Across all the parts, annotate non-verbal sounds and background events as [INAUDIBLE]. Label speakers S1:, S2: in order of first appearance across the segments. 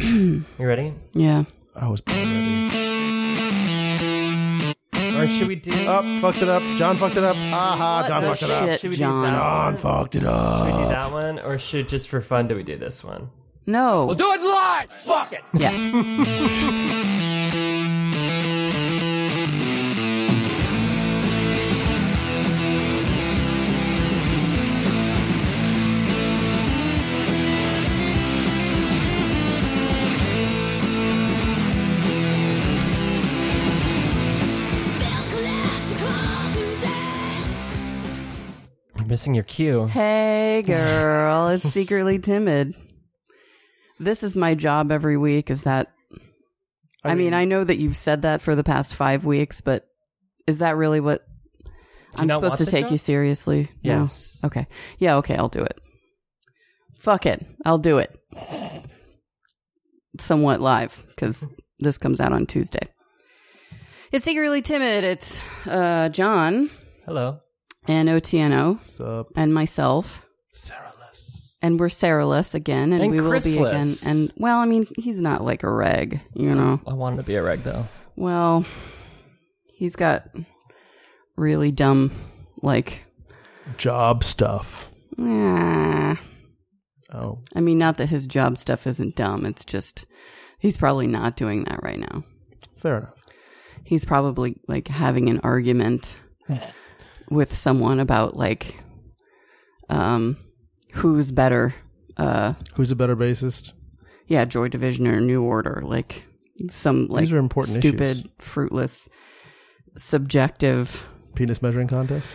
S1: you ready?
S2: Yeah.
S3: I was born ready.
S1: Or should we do?
S2: Oh.
S3: Up, fucked it up. John fucked it up. Aha, John
S2: the
S3: fucked it up.
S2: shit,
S1: should we
S2: John.
S1: do that
S3: John
S1: one?
S3: fucked it
S1: Should we do
S3: up.
S1: that one, or should just for fun do we do this one?
S2: No. We'll
S1: do it live. Fuck it.
S2: yeah.
S1: You're missing your cue.
S2: Hey, girl. It's secretly timid. This is my job every week. Is that? I, mean, I know that you've said that for the past five weeks, but is that really what? I'm
S1: not
S2: supposed
S1: want
S2: to
S1: the
S2: take
S1: job?
S2: you seriously.
S1: Yes.
S2: No? Okay. Yeah. Okay. I'll do it. Fuck it. I'll do it. Somewhat live because this comes out on Tuesday. It's secretly timid. It's uh, John
S1: Hello.
S2: and Otieno
S3: Sup,
S2: and myself.
S3: Saraless.
S2: and we're Saraless again, and,
S1: And
S2: we will be again.
S1: Chrisless.
S2: And well, I mean, he's not like a reg, you know.
S1: I wanted to be a reg though.
S2: Well, he's got really dumb, like,
S3: Job stuff.
S2: eh.
S3: Oh,
S2: I mean, not that his job stuff isn't dumb. It's just he's probably not doing that right now.
S3: fair enough.
S2: He's probably like having an
S3: [LAUGHS]
S2: argument with someone about like, um, who's better, uh,
S3: Who's a better bassist?
S2: yeah, Joy Division or New Order, like some like
S3: are important
S2: stupid,
S3: issues.
S2: fruitless, subjective.
S3: Penis measuring contest?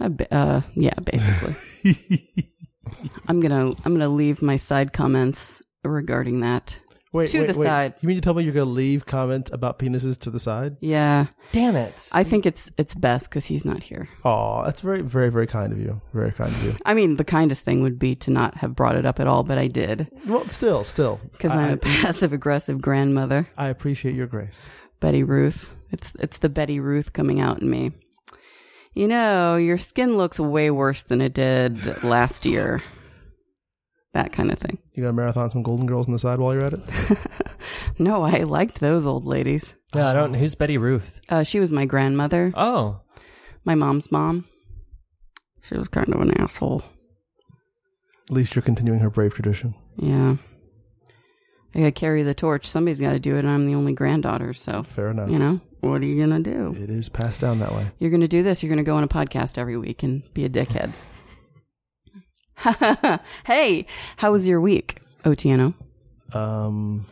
S2: Uh, b- uh, yeah, basically. I'm gonna I'm gonna leave my side comments regarding that.
S3: Wait,
S2: To
S3: wait,
S2: the
S3: wait.
S2: side.
S3: You mean to tell me you're going to leave comments about penises to the side?
S2: Yeah,
S1: Damn it.
S2: I think it's it's best because he's not here.
S3: Aw, that's very, very, very kind of you. Very kind of you.
S2: I mean, the kindest thing would be to not have brought it up at all, but I did
S3: Well, still, still.
S2: because
S3: [LAUGHS]
S2: I'm a passive aggressive grandmother,
S3: I appreciate your grace.
S2: Betty Ruth. It's it's the Betty Ruth coming out in me. You know, your skin looks way worse than it did last year. That kind of thing.
S3: You gonna marathon some Golden Girls on the side while you're at it?
S2: No, I liked those old ladies.
S1: No, I don't. Who's Betty Ruth?
S2: Uh, she was my grandmother,
S1: Oh,
S2: my mom's mom. She was kind of an asshole.
S3: At least you're continuing her brave tradition.
S2: Yeah. I gotta carry the torch. Somebody's gotta do it, and I'm the only granddaughter, so,
S3: Fair enough.
S2: you know, what are you gonna do?
S3: It is passed down that way.
S2: You're gonna do this, you're gonna go on a podcast every week and be a dickhead. [LAUGHS] hey, how was your week, Otieno?
S3: Um,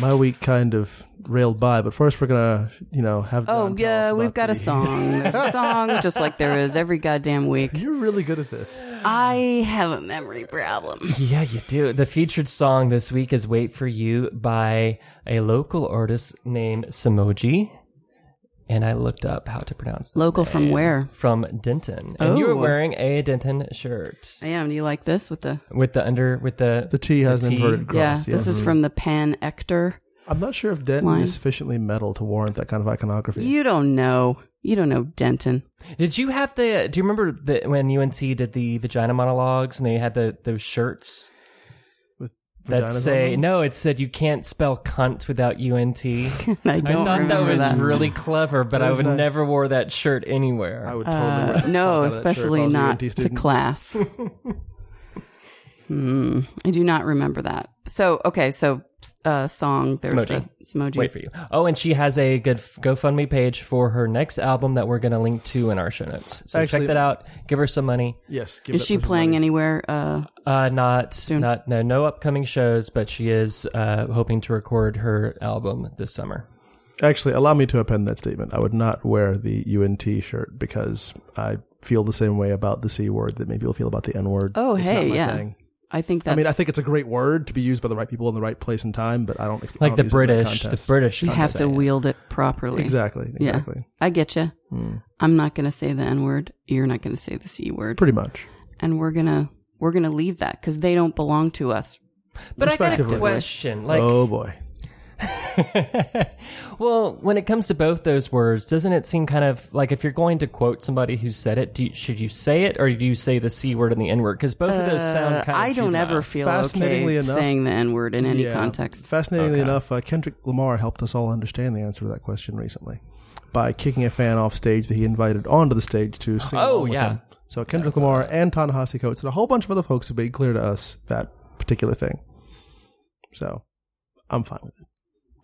S3: my week kind of railed by, but first we're gonna, you know, have.
S2: Oh,
S3: John tell us
S2: yeah,
S3: about
S2: we've got a
S3: the-
S2: song. There's a song just like there is every goddamn week.
S3: You're really good at this.
S2: I have a memory problem.
S1: yeah, you do. The featured song this week is "Wait for You" by a local artist named Samoji, and I looked up how to pronounce that.
S2: Local from where?
S1: from Denton, and you were
S2: Oh.
S1: wearing a Denton shirt
S2: I am. Do you like this with the?
S1: with the under with the.
S3: The T has an
S1: T?
S3: inverted
S2: yeah,
S3: cross.
S2: this is from the Pan Ector.
S3: I'm not sure if Denton
S2: Line.
S3: is sufficiently metal to warrant that kind of iconography.
S2: You don't know. You don't know Denton. [LAUGHS]
S1: did you have the? Do you remember the, when UNC did the vagina monologues and they had the those shirts
S3: with
S1: that
S3: vaginas on
S1: say
S3: them?
S1: no? It said you can't spell cunt without
S3: [LAUGHS]
S1: UNT.
S2: I don't
S1: I thought that
S2: remember
S1: was
S2: that.
S1: really clever, but
S3: That
S1: I
S3: was
S1: would
S3: nice.
S1: never wore that shirt anywhere.
S3: I would totally wear the
S2: Uh,
S3: fuck
S2: no,
S3: out of that shirt if I
S2: especially
S3: was a
S2: not
S3: UNT
S2: to
S3: student.
S2: class.
S3: [LAUGHS]
S2: hmm, I do not remember that. So okay, so uh, song. There's
S1: Smoji.
S2: a Smoji.
S1: Wait for you. Oh, and she has a good GoFundMe page for her next album that we're going to link to in our show notes. So
S3: Actually-
S1: check that out. Give her some money.
S3: Yes. Give
S2: Is
S3: that
S2: she
S3: person
S2: playing
S3: money.
S2: anywhere? Uh,
S1: Uh, not not no no upcoming shows, but she is uh, hoping to record her album this summer.
S3: Actually, allow me to append that statement. I would not wear the UNT shirt because I feel the same way about the C word that maybe you'll feel about the N word.
S2: oh,
S3: It's not
S2: hey,
S3: my
S2: yeah.
S3: thing.
S2: I think that's.
S3: I mean, I think it's a great word to be used by the right people in the right place and time, but I don't expect
S1: Like the British, the British.
S2: you have
S1: say
S2: to
S1: it.
S2: wield it properly.
S3: Exactly,
S2: Yeah.
S3: exactly. Hmm.
S2: I get you. I'm not going to say the N word. You're not going to say the C word.
S3: Pretty much.
S2: and we're gonna we're gonna leave that because they don't belong to us.
S1: But I got a
S3: respectively.
S1: question. Like,
S3: oh boy,
S1: [LAUGHS] well, when it comes to both those words, doesn't it seem kind of like if you're going to quote somebody who said it, do you, should you say it or do you say the c word and the n word? Because both of those sound kind of.
S2: Uh, I don't
S1: juvenile.
S2: ever feel okay
S3: Fascinatingly enough-
S2: saying the N word in any
S3: Yeah.
S2: context.
S3: Fascinatingly enough, uh, Kendrick Lamar helped us all understand the answer to that question recently by kicking a fan off stage that he invited onto the stage to sing.
S1: Oh,
S3: along with
S1: yeah.
S3: him. So Kendrick Lamar and Ta-Nehisi Coates and a whole bunch of other folks have made clear to us that particular thing. So I'm fine with it.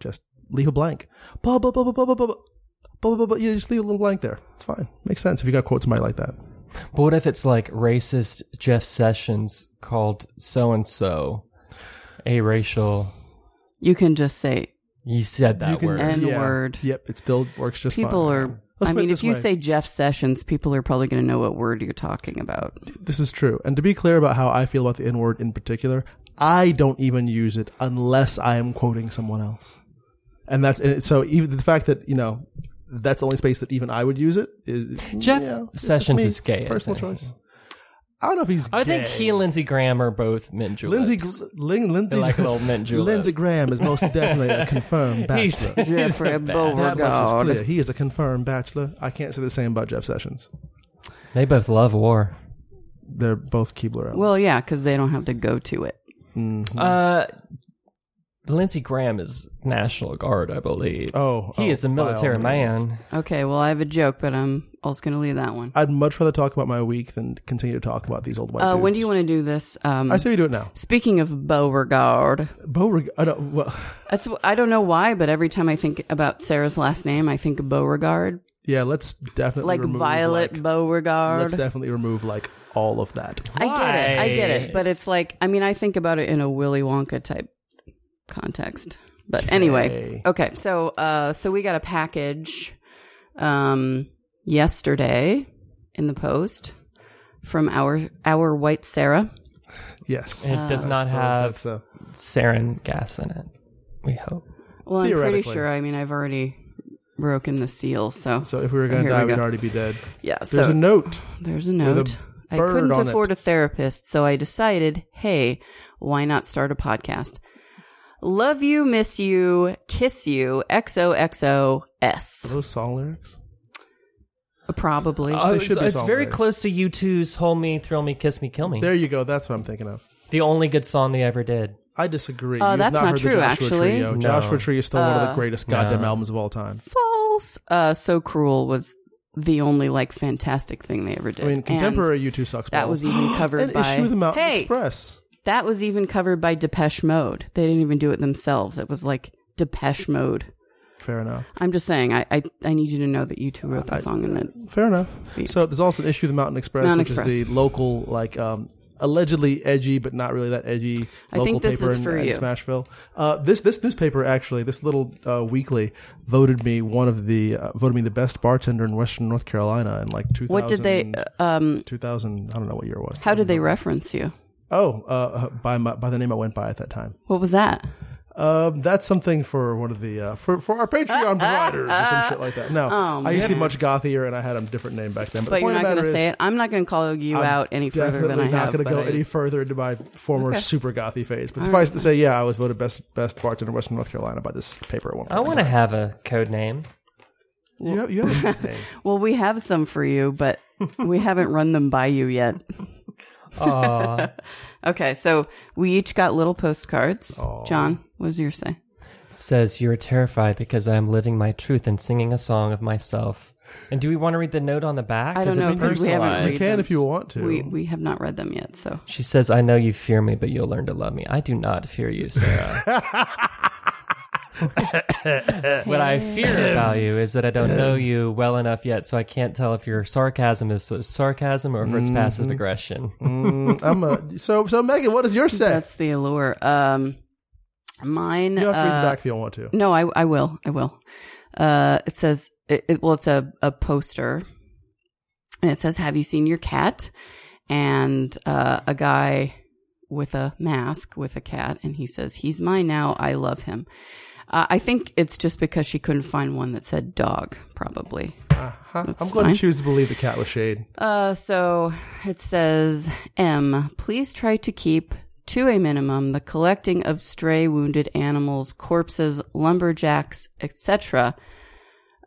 S3: Just leave a blank. Blah, blah, blah, blah, blah, blah, blah, blah. Blah, blah, blah. You just leave a little blank there. It's fine. Makes sense if you got quotes somebody like that.
S1: But what if it's like racist Jeff Sessions called so and so a racial?
S2: You can just say
S1: You said that
S3: You can-
S1: word.
S2: And- N-word.
S3: Yeah. Yep, it still works just fine.
S2: people are.
S3: Let's
S2: I
S3: put it
S2: mean,
S3: this
S2: if you
S3: way.
S2: say Jeff Sessions, people are probably going to know what word you're talking about.
S3: This is true. And to be clear about how I feel about the N word in particular, I don't even use it unless I am quoting someone else. And that's and so even the fact that, you know, that's the only space that even I would use it is
S1: Jeff
S3: yeah, it's just
S1: Sessions
S3: me.
S1: is gay, I
S3: Personal
S1: think.
S3: choice. I don't know if he's
S1: I think
S3: gay.
S1: he and Lindsey Graham are both men juleps.
S3: Lindsey Gr- Lin- Lindsey
S1: They like little mint juleps.
S3: Lindsey Graham is most definitely a confirmed
S1: [LAUGHS] He's-
S3: bachelor.
S2: Jeffrey
S3: That much is clear.
S2: Beauregard.
S3: He is a confirmed bachelor. I can't say the same about Jeff Sessions.
S1: They both love war.
S3: They're both Keebler out.
S2: Well, yeah, because they don't have to go to it.
S1: Uh, Lindsey Graham is National Guard, I believe.
S3: Oh,
S1: he
S3: oh,
S1: is a
S3: by
S1: military
S3: all means.
S1: man.
S2: Okay, well, I have a joke, but I'm also going to leave that one.
S3: I'd much rather talk about my week than continue to talk about these old white
S2: Uh,
S3: dudes.
S2: when do you want to do this? Um,
S3: I say we do it now.
S2: speaking of Beauregard,
S3: Beauregard. I don't, well,
S2: that's wh- I don't know why, but every time I think about Sarah's last name, I think of Beauregard,
S3: yeah, let's definitely
S2: like
S3: remove,
S2: Violet
S3: Like, let's
S2: Beauregard.
S3: definitely remove like all of that.
S2: I get it. I get
S1: Right.
S2: it. But it's like, I mean, I think about it in a Willy Wonka type context. But anyway, okay. So, uh, so we got a package, um, yesterday in the post from our, our white Sarah.
S3: Yes,
S1: It
S2: Ah,
S1: does not
S2: Uh,
S1: have
S3: that's a,
S1: sarin gas in it. We hope.
S2: Well, I'm pretty
S3: Theoretically.
S2: sure. I mean, I've already broken the seal. So,
S3: so if we were
S2: So
S3: going to
S2: here we
S3: die, we'd
S2: go.
S3: already be dead.
S2: yeah.
S3: There's
S2: so
S3: a note.
S2: There's a
S3: a
S2: note. I
S3: bird
S2: couldn't
S3: on it.
S2: afford a therapist, so I decided, hey, why not start a podcast? Love you, miss you, kiss you, XOXOS.
S3: Those song lyrics.
S2: Probably.
S1: Oh,
S3: should
S1: it's
S3: be
S1: it's
S3: song
S1: very
S3: lyrics.
S1: close to U2's Hold Me, Thrill Me, Kiss Me, Kill Me.
S3: There you go. That's what I'm thinking of.
S1: the only good song they ever did.
S3: I disagree.
S2: Uh,
S3: You've
S2: that's not
S3: heard
S2: true,
S3: The Joshua
S2: actually. Uh,
S3: Trio.
S1: No.
S3: Joshua Tree is still one of the greatest goddamn
S1: no.
S3: albums of all time.
S2: False. Uh, so Cruel was the only, like, fantastic thing they ever did.
S3: I mean,
S2: And
S3: contemporary U2 sucks.
S2: that
S3: balls.
S2: was
S3: [GASPS]
S2: even covered
S3: An
S2: by-
S3: issue of the Mountain
S2: Hey!
S3: Express.
S2: that was even covered by Depeche Mode. They didn't even do it themselves. It was, like, Depeche Mode.
S3: Fair enough.
S2: I'm just saying, I, I, I need you to know that you two wrote that song and that
S3: Fair enough.
S2: Yeah.
S3: So there's also the issue of the Mountain Express,
S2: Mountain
S3: which
S2: Express.
S3: is the local, like um, allegedly edgy, but not really that edgy
S2: I
S3: local
S2: think this
S3: paper
S2: is
S3: in,
S2: for
S3: in
S2: you.
S3: Smashville. Uh, this this newspaper actually, this little uh, weekly, voted me one of the uh, voted me the best bartender in Western North Carolina in like 2000.
S2: What did they? Uh, um,
S3: 2000. I don't know what year it was.
S2: how did they reference you?
S3: Oh, uh, by my, by the name I went by at that time.
S2: What was that?
S3: Um, that's something for one of the uh, for for our
S2: [LAUGHS]
S3: Patreon providers or some shit like that. No, I used to be much gothier, and I had a different name back then. But,
S2: Oh, But
S3: the
S2: you're
S3: point
S2: not going
S3: of the matter
S2: to
S3: is,
S2: say it. I'm not going to call you out any further
S3: Definitely
S2: than I
S3: not
S2: have.
S3: going to
S2: but
S3: go
S2: I
S3: any
S2: just-
S3: further into my former super gothy phase. But suffice to say, yeah, I was voted best best bartender in Western North Carolina by this paper at one
S1: I
S3: point.
S1: want to have a code name.
S3: You have, you have a
S2: [LAUGHS]
S3: good name.
S2: well, we have some for you,
S3: [LAUGHS]
S2: but we haven't run them by you yet.
S1: Aw.
S2: [LAUGHS] Okay, so we each got little postcards. John, what does yours say?
S1: says you're terrified because I am living my truth and singing a song of myself. And do we want to read the note on the back?
S2: I don't
S1: 'Cause it's
S2: know, 'cause we haven't
S1: personalized.
S2: read
S3: you can if you want to.
S2: We we have not read them yet, so
S1: She says, "I know you fear me, but you'll learn to love me." I do not fear you,
S3: [LAUGHS]
S1: Sarah. what I fear about you is that I don't know you well enough yet, so I can't tell if your sarcasm is sarcasm or if it's passive
S3: Mm-hmm.
S1: aggression.
S3: Mm,
S2: [LAUGHS]
S3: I'm a, so so Megan, what is your set?
S2: that's the allure. Um, mine.
S3: You don't have to read
S2: uh,
S3: the back if you don't want to.
S2: No, I I will. I will. Uh, it says it, it well, it's a, a poster, and it says, "Have you seen your cat?" And uh, a guy with a mask with a cat, and he says, "He's mine now. I love him." Uh, I think it's just because she couldn't find one that said dog, probably.
S3: Huh? Uh-huh. I'm going
S2: fine.
S3: to choose to believe the cat was shade.
S2: Uh, so it says, M, please try to keep to a minimum the collecting of stray wounded animals, corpses, lumberjacks, etc.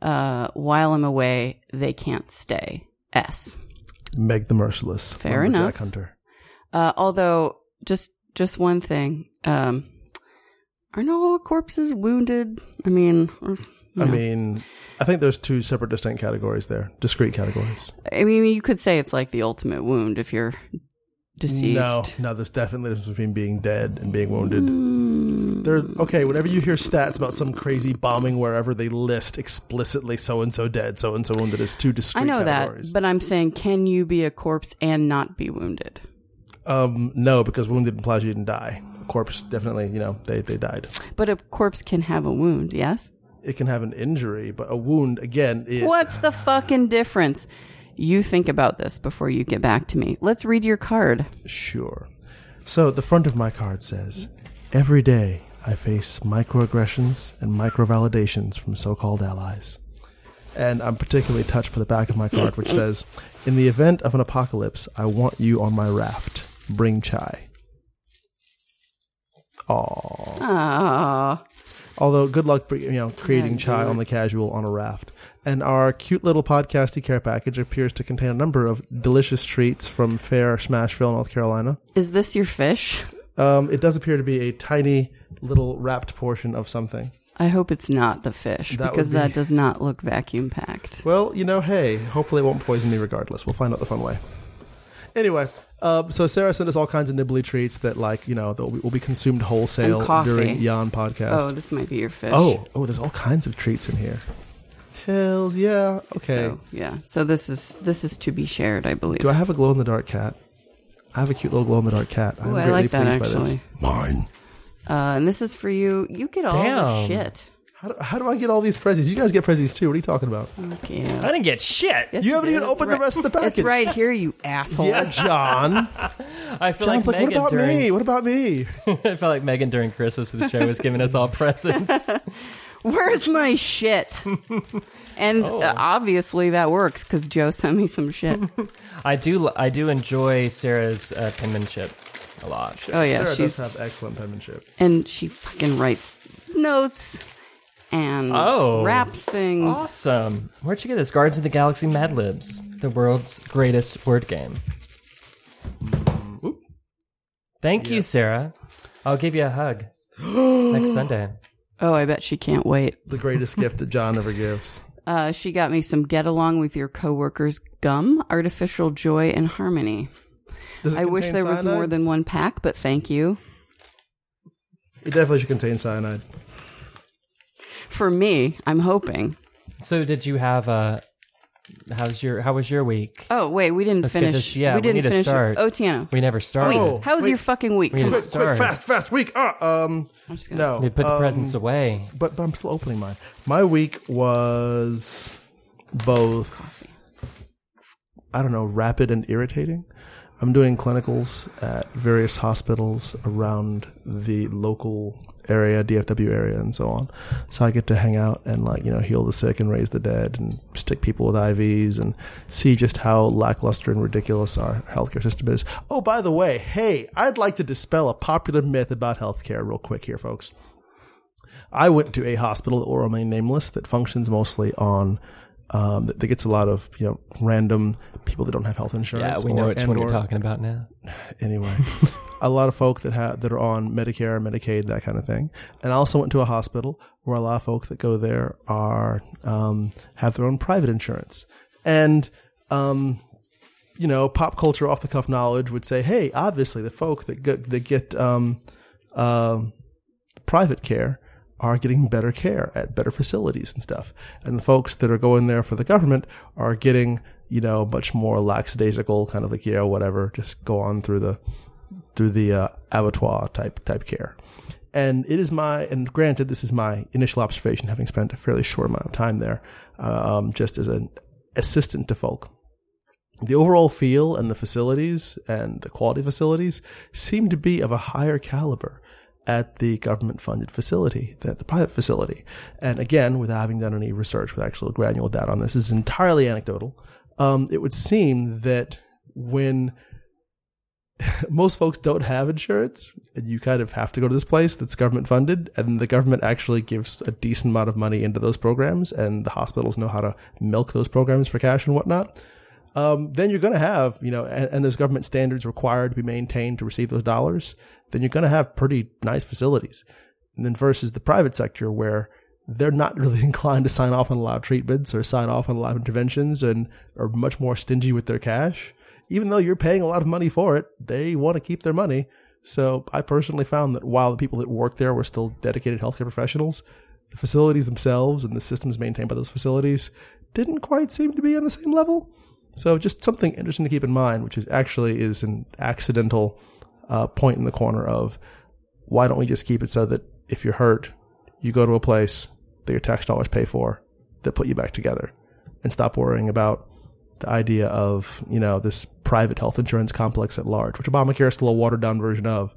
S2: Uh, while I'm away, they can't stay. S.
S3: Meg the Merciless.
S2: Fair
S3: lumberjack
S2: enough.
S3: Hunter.
S2: Uh, although, just just one thing. Um, aren't all corpses wounded? I mean, or-
S3: I mean, I think there's two separate distinct categories there, discrete categories.
S2: I mean, you could say it's like the ultimate wound if you're deceased.
S3: No, no, there's definitely a difference between being dead and being wounded.
S2: Mm,
S3: There, okay, whenever you hear stats about some crazy bombing wherever, they list explicitly so and so dead, so and so wounded as two discrete
S2: I know
S3: categories.
S2: that, but I'm saying, can you be a corpse and not be wounded?
S3: um, no, because wounded implies you didn't die. Corpse definitely, you know, they they died.
S2: But a corpse can have a wound, yes?
S3: It can have an injury, but a wound again. It,
S2: What's the fucking difference? You think about this before you get back to me. Let's read your card.
S3: Sure. So the front of my card says, Every day I face microaggressions and microvalidations from so called allies. And I'm particularly touched by the back of my card, which says, In the event of an apocalypse, I want you on my raft. Bring chai. Aww.
S2: Ah,
S3: Although, good luck, you know, creating chai on the casual on a raft. And our cute little podcasty care package appears to contain a number of delicious treats from fair Smashville, North Carolina.
S2: is this your fish?
S3: Um, it does appear to be a tiny little wrapped portion of something.
S2: I hope it's not the fish
S3: That would
S2: because that
S3: be-
S2: does not look vacuum packed.
S3: Well, you know, hey, hopefully it won't poison me regardless. We'll find out the fun way. Anyway, uh, so Sarah sent us all kinds of nibbly treats that, like, you know, that will be consumed wholesale
S2: And coffee.
S3: during Yon podcast.
S2: Oh, this might be your fish.
S3: oh, oh, there's all kinds of treats in here. Hells yeah. Okay.
S2: So, yeah. So this is this is to be shared, I believe.
S3: Do I have a glow in the dark cat? I have a cute little glow in the dark cat. I'm
S2: Ooh, I
S3: greatly
S2: like that
S3: pleased by
S2: actually.
S3: this. Mine.
S2: Uh, and this is for you. You get all
S1: Damn.
S2: the shit.
S3: How do, how do I get all these prezzies? You guys get prezzies too. What are you talking about?
S2: Okay.
S1: I didn't get shit.
S2: Yes,
S3: you haven't
S2: do.
S3: even
S2: That's
S3: opened the
S2: right.
S3: rest of the package.
S2: It's right here, you
S3: [LAUGHS]
S2: asshole.
S3: Yeah, John.
S1: I feel like,
S3: John's like, what
S1: Megan
S3: about
S1: during.
S3: me? What about me?
S1: I felt like Megan during [LAUGHS] Christmas of the show was giving us all [LAUGHS] presents.
S2: Where's my
S3: [LAUGHS]
S2: shit? and
S3: Oh.
S2: uh, obviously that works because Joe sent me some
S3: [LAUGHS]
S2: shit.
S1: I do. I do enjoy Sarah's uh, penmanship a lot.
S2: Oh yeah,
S3: Sarah
S2: she's
S3: does have excellent penmanship.
S2: and she fucking writes notes and
S1: Oh.
S2: wraps things.
S1: Awesome. Where'd you get this? Guardians of the Galaxy Mad Libs, the world's greatest word game. Thank you, Sarah. I'll give you a
S3: [GASPS]
S1: hug next Sunday.
S2: Oh, I bet she can't wait.
S3: The greatest gift that John ever gives.
S2: Uh, she got me some get along with your coworkers gum, artificial joy and harmony.
S3: Does it
S2: I wish
S3: contain
S2: there was
S3: cyanide?
S2: more than one pack, but thank you.
S3: It definitely should contain cyanide.
S2: For me, I'm hoping.
S1: So, did you have a? How's your? How was your week?
S2: Oh wait, we didn't
S1: Let's get
S2: finish.
S1: this- yeah, we
S2: didn't
S1: need to
S2: finish.
S1: start.
S2: Oh, Tiana,
S1: We never started.
S3: Oh.
S2: how was
S3: wait.
S2: your fucking week?
S1: We need
S2: Come
S1: to
S2: on.
S3: Quick, quick,
S1: start.
S3: fast, fast, week. Ah, um,
S2: I'm just gonna-
S3: no.
S1: We put the
S3: um,
S1: presents away.
S3: But, but I'm still opening mine. My week was both, I don't know, rapid and irritating. I'm doing clinicals at various hospitals around the local area, DFW area, and so on. So I get to hang out and, like, you know, heal the sick and raise the dead and stick people with IVs and see just how lackluster and ridiculous our healthcare system is. Oh, by the way, hey, I'd like to dispel a popular myth about healthcare real quick here, folks. I went to a hospital that will remain nameless that functions mostly on um, that, that gets a lot of you know random people that don't have health
S1: Yeah,
S3: insurance.
S1: we know
S3: or-
S1: which
S3: and
S1: one you're
S3: or-
S1: talking about now.
S3: Anyway, a lot of folk that have that are on Medicare, Medicaid, that kind of thing. And I also went to a hospital where a lot of folk that go there are um, have their own private insurance and. Um, you know, pop culture off the cuff knowledge would say, "Hey, obviously the folk that get, that get um, um, private care are getting better care at better facilities and stuff. And the folks that are going there for the government are getting, you know, much more lackadaisical kind of like, yeah, whatever, just go on through the, through the, uh, abattoir type, type care. And it is my, and granted, this is my initial observation, having spent a fairly short amount of time there, um, just as an assistant to folk the overall feel and the facilities and the quality of facilities seem to be of a higher caliber at the government funded facility than at the private facility. And again, without having done any research with actual granular data on this, this is entirely anecdotal. Um, it would seem that when [LAUGHS] most folks don't have insurance, and you kind of have to go to this place that's government funded, and the government actually gives a decent amount of money into those programs, and the hospitals know how to milk those programs for cash and whatnot. Um, then you're going to have, you know, and, and there's government standards required to be maintained to receive those dollars. Then you're going to have pretty nice facilities. And then versus the private sector where they're not really [LAUGHS] inclined to sign off on a lot of treatments or sign off on a lot of interventions and are much more stingy with their cash. Even though you're paying a lot of money for it, they want to keep their money. So I personally found that while the people that worked there were still dedicated healthcare professionals, the facilities themselves and the systems maintained by those facilities didn't quite seem to be on the same level. So just something interesting to keep in mind, which is actually is an accidental uh, point in the corner of why don't we just keep it so that if you're hurt, you go to a place that your tax dollars pay for that put you back together and stop worrying about the idea of, you know, this private health insurance complex at large, which Obamacare is still a watered down version of.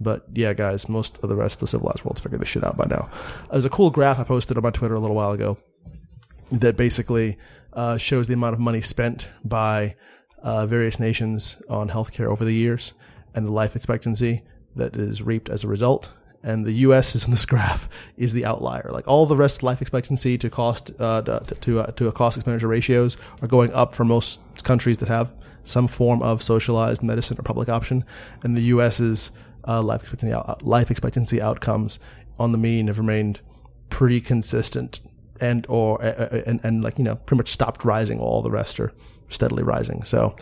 S3: But yeah, guys, most of the rest of the civilized world's figured this shit out by now. There's a cool graph I posted on my Twitter a little while ago that basically uh, shows the amount of money spent by uh, various nations on healthcare over the years and the life expectancy that is reaped as a result. And the U.S. is in this [LAUGHS] graph is the outlier. Like all the rest, life expectancy to cost uh, to to, uh, to a cost expenditure ratios are going up for most countries that have some form of socialized medicine or public option, and the U.S.'s uh, life expectancy out- life expectancy outcomes on the mean have remained pretty consistent and or uh, and and like you know pretty much stopped rising while all the rest are steadily rising. So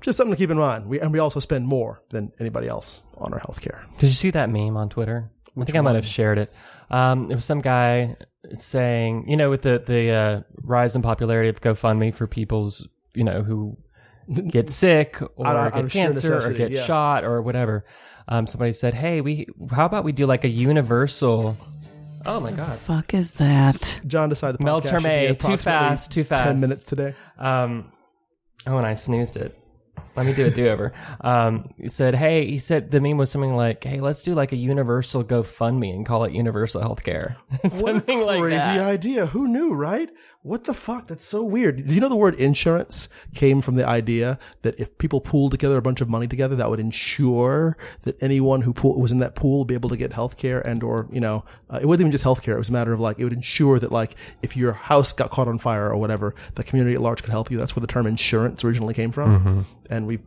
S3: just something to keep in mind. We and we also spend more than anybody else on our healthcare.
S1: Did you see that meme on Twitter? I think I might have shared it. Um, it was some guy saying, you know, with the the uh, rise in popularity of GoFundMe for people's, you know, who
S3: [LAUGHS]
S1: get sick or
S3: Out of- out
S1: get
S3: of sheer
S1: cancer or
S3: necessity,
S1: get
S3: yeah.
S1: shot or whatever. Um, somebody said, "Hey, we how about we do like a universal?" Oh my god!
S2: Fuck is that?
S3: John decided the podcast
S1: Mel
S3: should be
S1: Torme, too
S3: approximately
S1: fast, too fast.
S3: Ten minutes today.
S1: Um, oh, and I snoozed it. Let me do a do over. Um, he said, "Hey," he said. The meme was something like, "Hey, let's do like a universal GoFundMe and call it Universal Healthcare." [LAUGHS] something like
S3: Crazy
S1: that.
S3: idea. Who knew, right? What the fuck? That's so weird. Do you know the word insurance came from the idea that if people pooled together a bunch of money together, that would ensure that anyone who pool, was in that pool would be able to get health care and or, you know, uh, it wasn't even just health care. It was a matter of like, it would ensure that like if your house got caught on fire or whatever, the community at large could help you. That's where the term insurance originally came from. And we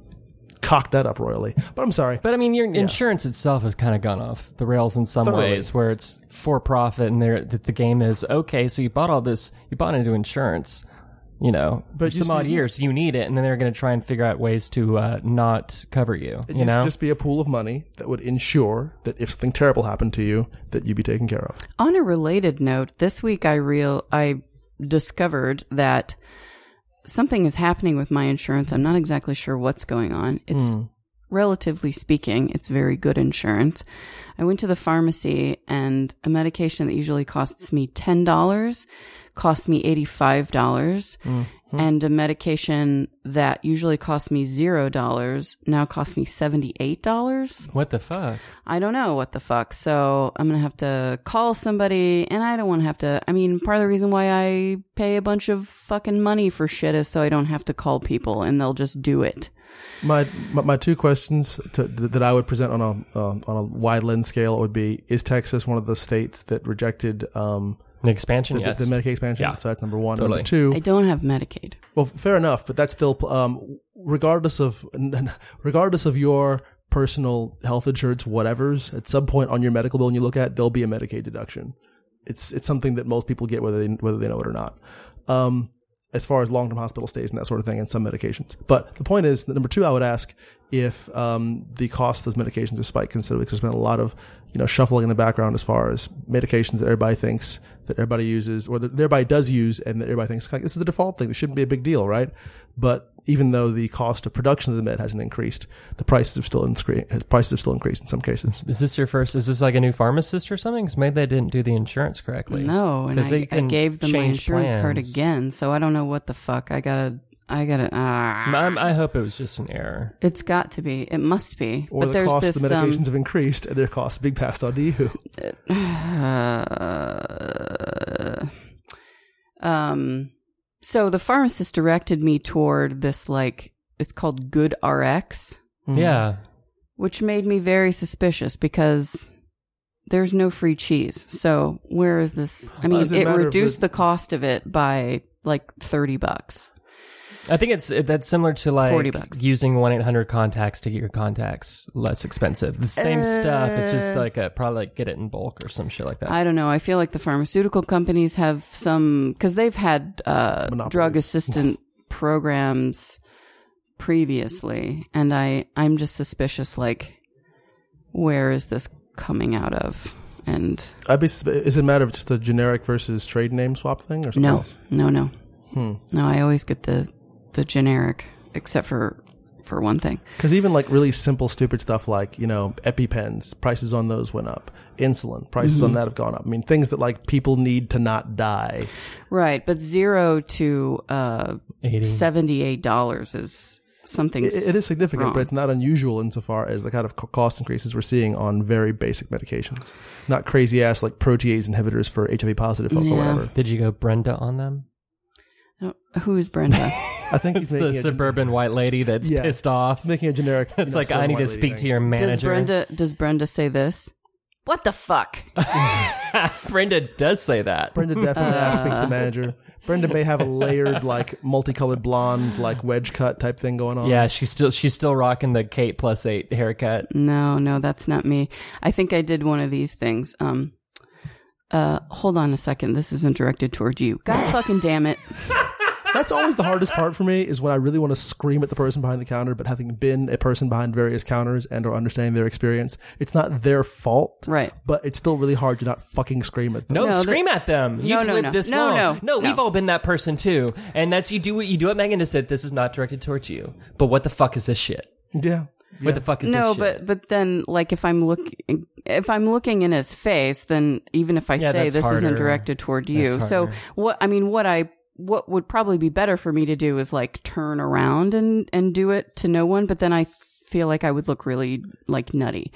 S3: cocked that up royally. But I'm sorry.
S1: Mm-hmm. But I mean, your insurance itself has kind of gone off the rails in some
S3: Thoroughly.
S1: ways, where it's for profit, and there the, the game is okay. So you bought all this, you bought into insurance, you know, but
S3: But
S1: for
S3: you
S1: some odd
S3: see-
S1: years you need it, and then they're going to try and figure out ways to uh, not cover you.
S3: It
S1: you
S3: used to
S1: know,
S3: just be a pool of money that would ensure that if something terrible happened to you, that you'd be taken care of.
S2: On a related note, this week I real I discovered that something is happening with my insurance. I'm not exactly sure what's going on. It's relatively speaking, it's very good insurance. I went to the pharmacy and a medication that usually costs me $10 cost me $85 dollars and a medication that usually cost me $0 now cost me $78.
S1: what the fuck?
S2: I don't know what the fuck. So I'm going to have to call somebody and I don't want to have to. I mean, part of the reason why I pay a bunch of fucking money for shit is so I don't have to call people and they'll just do it.
S3: My my, my two questions to, that I would present on a um, on a wide lens scale would be: Is Texas one of the states that rejected um,
S1: An expansion,
S3: the,
S1: yes.
S3: the Medicaid expansion?
S1: Yeah.
S3: So that's number one.
S1: Totally.
S3: Number two,
S2: I don't have Medicaid.
S3: well, fair enough, but that's still um, regardless of [LAUGHS] regardless of your personal health insurance, whatever's at some point on your medical bill, and you look at, there'll be a Medicaid deduction. It's it's something that most people get whether they whether they know it or not. Um, as far as long term hospital stays and that sort of thing, and some medications. But the point is, that number two, I would ask if um, the cost of those medications has spiked considerably because there's been a lot of you know shuffling in the background as far as medications that everybody thinks that everybody uses or that everybody does use and that everybody thinks like this is the default thing. This shouldn't be a big deal, right? But even though the cost of production of the med hasn't increased, the prices have still increased. Prices have still increased in some cases.
S1: Is this your first? Is this like a new pharmacist or something? Because maybe they didn't do the insurance correctly.
S2: No, and
S1: 'Cause
S2: I,
S1: they
S2: I
S1: can
S2: gave them my
S1: change
S2: insurance card
S1: plans.
S2: again, so I don't know what the fuck. I gotta, I gotta. Ah.
S1: I'm- I hope it was just an error.
S2: It's got to be. It must be.
S3: Or
S2: but
S3: the
S2: there's
S3: cost
S2: this
S3: of the medications
S2: um,
S3: have increased and their costs being passed on to you.
S2: uh, um so the pharmacist directed me toward this like it's called good rx
S1: Yeah,
S2: which made me very suspicious because there's no free cheese. So where is this? I mean,
S3: does it
S2: it
S3: matter if
S2: reduced
S3: the-
S2: the cost of it by like 30 bucks.
S1: I think it's that's similar to like
S2: 40 bucks.
S1: using one eight hundred contacts to get your contacts less expensive. The same stuff. It's just like a probably like get it in bulk or some shit like that.
S2: Uh, I don't know. I feel like the pharmaceutical companies have some because they've had uh,
S3: Monopolies.
S2: drug assistant
S3: [LAUGHS]
S2: programs previously, and I I'm just suspicious. Like, where is this coming out of? And
S3: I'd be, susp- is it a matter of just a generic versus trade name swap thing or something
S2: no,
S3: else?
S2: no, no,
S3: Hmm.
S2: no. I always get the the generic, except for for one thing.
S3: Because even like really simple, stupid stuff like, you know, EpiPens, prices on those went up. Insulin, prices
S1: Mm-hmm.
S3: on that have gone up. I mean, things that like people need to not die.
S2: Right, but zero to uh,
S1: Eighty.
S2: seventy eight dollars is something.
S3: It, it is significant,
S2: wrong.
S3: but it's not unusual insofar as the kind of co- cost increases we're seeing on very basic medications. Not crazy ass like protease inhibitors for HIV positive folk
S2: Yeah.
S3: or whatever.
S1: Did you go Brenda on them?
S2: Oh, who is Brenda?
S1: [LAUGHS]
S3: I think he's making
S1: The
S3: a,
S1: suburban white lady that's
S3: Yeah.
S1: pissed off.
S3: making a generic.
S1: [LAUGHS]
S3: you
S1: It's
S3: know,
S1: like
S3: Southern
S1: I need
S3: white
S1: to
S3: lady
S1: speak
S3: thing.
S1: to your manager.
S2: Does Brenda does Brenda say this? What the fuck?
S1: [LAUGHS] Brenda does say that. [LAUGHS]
S3: Brenda definitely ass speaks to manager. Brenda may have a layered, like multicolored blonde, like wedge cut type thing going on.
S1: Yeah, she's still she's still rocking the Kate plus eight haircut.
S2: [LAUGHS] no, no, that's not me. I think I did one of these things. Um uh hold on a second. This isn't directed towards you. [LAUGHS] God fucking damn it.
S3: That's always the hardest part for me is when I really want to scream at the person behind the counter, but having been a person behind various counters and or understanding their experience, it's not their fault.
S2: Right.
S3: But it's still really hard to not fucking scream at them.
S1: No,
S2: No, that-
S1: scream at them. You've
S2: no,
S1: lived
S2: no.
S1: this
S2: No,
S1: long. no,
S2: no,
S1: we've
S2: no.
S1: all been that person too. And that's you do what you do what Megan has said. This is not directed towards you. But what the fuck is this shit?
S3: Yeah.
S1: What the fuck is
S2: No,
S1: this shit?
S2: but but then like if I'm look if I'm looking in his face, then even if I
S1: Yeah,
S2: say
S1: that's
S2: this
S1: harder.
S2: isn't directed toward you.
S1: That's
S2: So
S1: harder.
S2: what I mean what I what would probably be better for me to do is like turn around and and do it to no one, but then I feel like I would look really like nutty.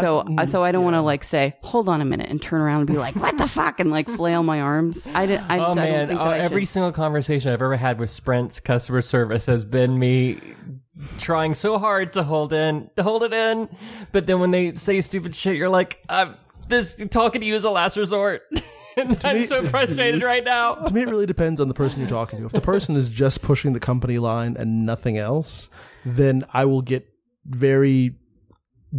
S2: So I, so I don't want to like say hold on a minute and turn around and be like what the fuck and like flail my arms. I didn't. I,
S1: Oh
S2: I
S1: man,
S2: don't think
S1: uh,
S2: that I
S1: every
S2: should.
S1: single conversation I've ever had with Sprint's customer service has been me trying so hard to hold in, to hold it in, but then when they say stupid shit, you're like, I'm, "This talking to you is a last resort." [LAUGHS] and I'm
S3: me-
S1: so frustrated right
S3: [LAUGHS]
S1: now.
S3: To me, it really depends on the person you're talking to. If the person is just pushing the company line and nothing else, then I will get very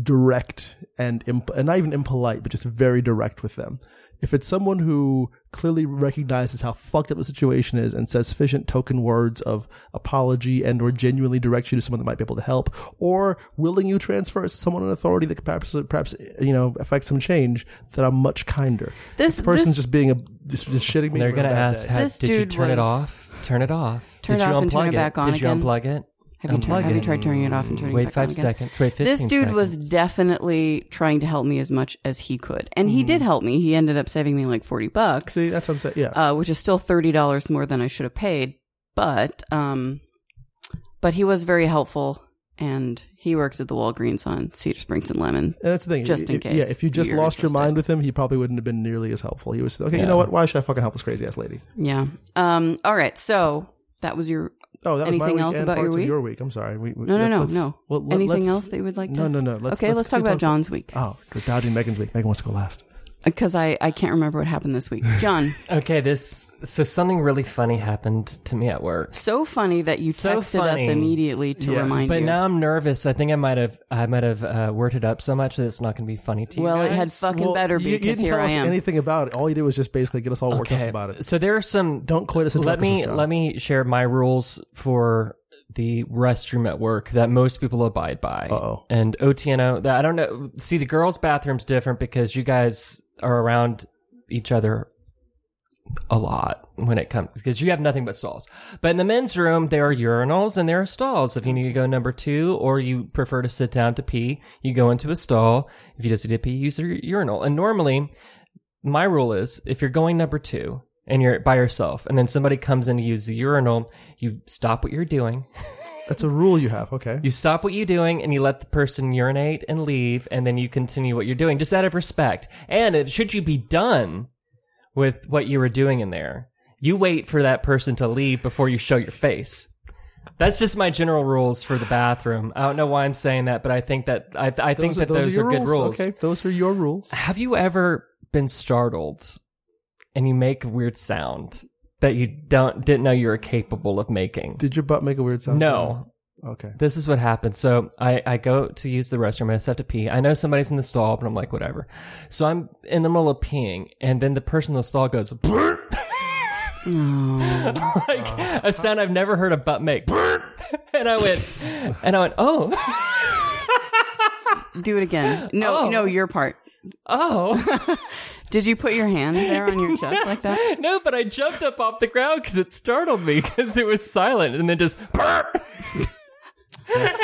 S3: direct and imp- and not even impolite, but just very direct with them. If it's someone who clearly recognizes how fucked up the situation is and says sufficient token words of apology and or genuinely directs you to someone that might be able to help, or willing you transfer to someone in authority that could perhaps perhaps you know affect some change, then I'm much kinder.
S2: This-
S3: If the person's
S2: this-
S3: just being a just, just shitting me.
S1: They're
S3: we're on
S1: gonna
S3: a bad
S1: ask,
S3: day.
S1: "How-
S2: This
S1: "Did you
S2: dude
S1: turn it
S2: was-
S1: off? Turn it off.
S2: Turn it
S1: Did you
S2: off and turn
S1: unplug
S2: it back on
S1: Did
S2: again?
S1: you unplug it?
S2: have you,
S1: unplug
S2: turned, have you
S1: it.
S2: tried turning it off and turning it
S1: Wait
S2: back
S1: five
S2: on again?
S1: seconds. Wait fifteen
S2: this dude was
S1: seconds.
S2: definitely trying to help me as much as he could and he did help me he ended up saving me like 40 bucks
S3: Mm-hmm. See, that's what I'm saying. Yeah.
S2: uh, which is still $30 more than i should have paid but um but he was very helpful and he worked at the walgreens on cedar springs and lemon
S3: And that's the thing.
S2: Just in
S3: If-
S2: case
S3: Yeah, if you just
S2: you're
S3: lost your
S2: interested.
S3: mind with him, he probably wouldn't have been nearly as helpful. He was okay.
S1: Yeah.
S3: You know what? Why should I fucking help this crazy ass lady?
S2: yeah um all right so that was your
S3: Oh, that was my
S2: Anything
S3: week
S2: else
S3: and
S2: about your
S3: parts of
S2: week?
S3: Your week. I'm sorry. We, we,
S2: no no
S3: let-
S2: no
S3: let's-
S2: no
S3: well, let-
S2: anything
S3: let's-
S2: else that you would like to
S3: No, no, no. Let's,
S2: okay let's, talk
S3: quickly
S2: about john's week
S3: Oh, we're dodging Megan's week. Megan wants to go last.
S2: because i i can't remember what happened
S3: [LAUGHS]
S2: this week john
S1: okay. This so something really funny happened to me at work.
S2: so funny that you
S1: So
S2: texted
S1: funny.
S2: us immediately to
S3: Yes.
S2: remind
S1: But
S2: you
S1: now I'm nervous. I think I might have I might have uh, worded up so much that it's not going to be funny to you.
S2: Well, it
S1: guys.
S2: had fucking
S3: Well,
S2: better
S3: you,
S2: be
S3: you
S2: because
S3: didn't
S2: here
S3: tell
S2: I
S3: us
S2: am.
S3: anything about it. All you did was just basically get us all worked
S1: okay
S3: up about it.
S1: So there are some.
S3: Don't quit us. and
S1: let
S3: drop us
S1: me
S3: as John.
S1: let me share my rules for the restroom at work that most people abide by.
S3: Uh-oh.
S1: And OTNO. That I don't know. See, the girls' bathroom's different because you guys are around each other a lot when it comes because you have nothing but stalls. But in the men's room, there are urinals and there are stalls. If you need to go number two or you prefer to sit down to pee, you go into a stall. If you just need to pee, use your urinal. And normally, my rule is if you're going number two and you're by yourself and then somebody comes in to use the urinal, you stop what you're doing. [LAUGHS]
S3: That's a rule you have. Okay.
S1: You stop what you're doing and you let the person urinate and leave, and then you continue what you're doing, just out of respect. And if, should you be done with what you were doing in there, you wait for that person to leave before you show your face. That's just my general rules for the bathroom. I don't know why I'm saying that, but I think that I, I think that those,
S3: your
S1: are, good rules.
S3: Okay, those are your rules.
S1: Have you ever been startled and you make a weird sound that you don't didn't know you were capable of making?
S3: Did your butt make a weird sound?
S1: no.
S3: Okay. [LAUGHS]
S1: This is what happened. So I, I go to use the restroom. I just have to pee. I know somebody's in the stall, but I'm like, whatever. So I'm in the middle of peeing, and then the person in the stall goes, [LAUGHS] like a sound I've never heard a butt make. [LAUGHS] and I went, and I went, oh, [LAUGHS]
S2: Do it again. No,
S1: Oh.
S2: no, your part.
S1: oh.
S2: Did you put your hand there on
S3: [LAUGHS]
S2: your chest like that?
S1: [LAUGHS] No, but I jumped up off the ground because it startled me because it was silent, and then just,
S2: [LAUGHS]
S3: That's,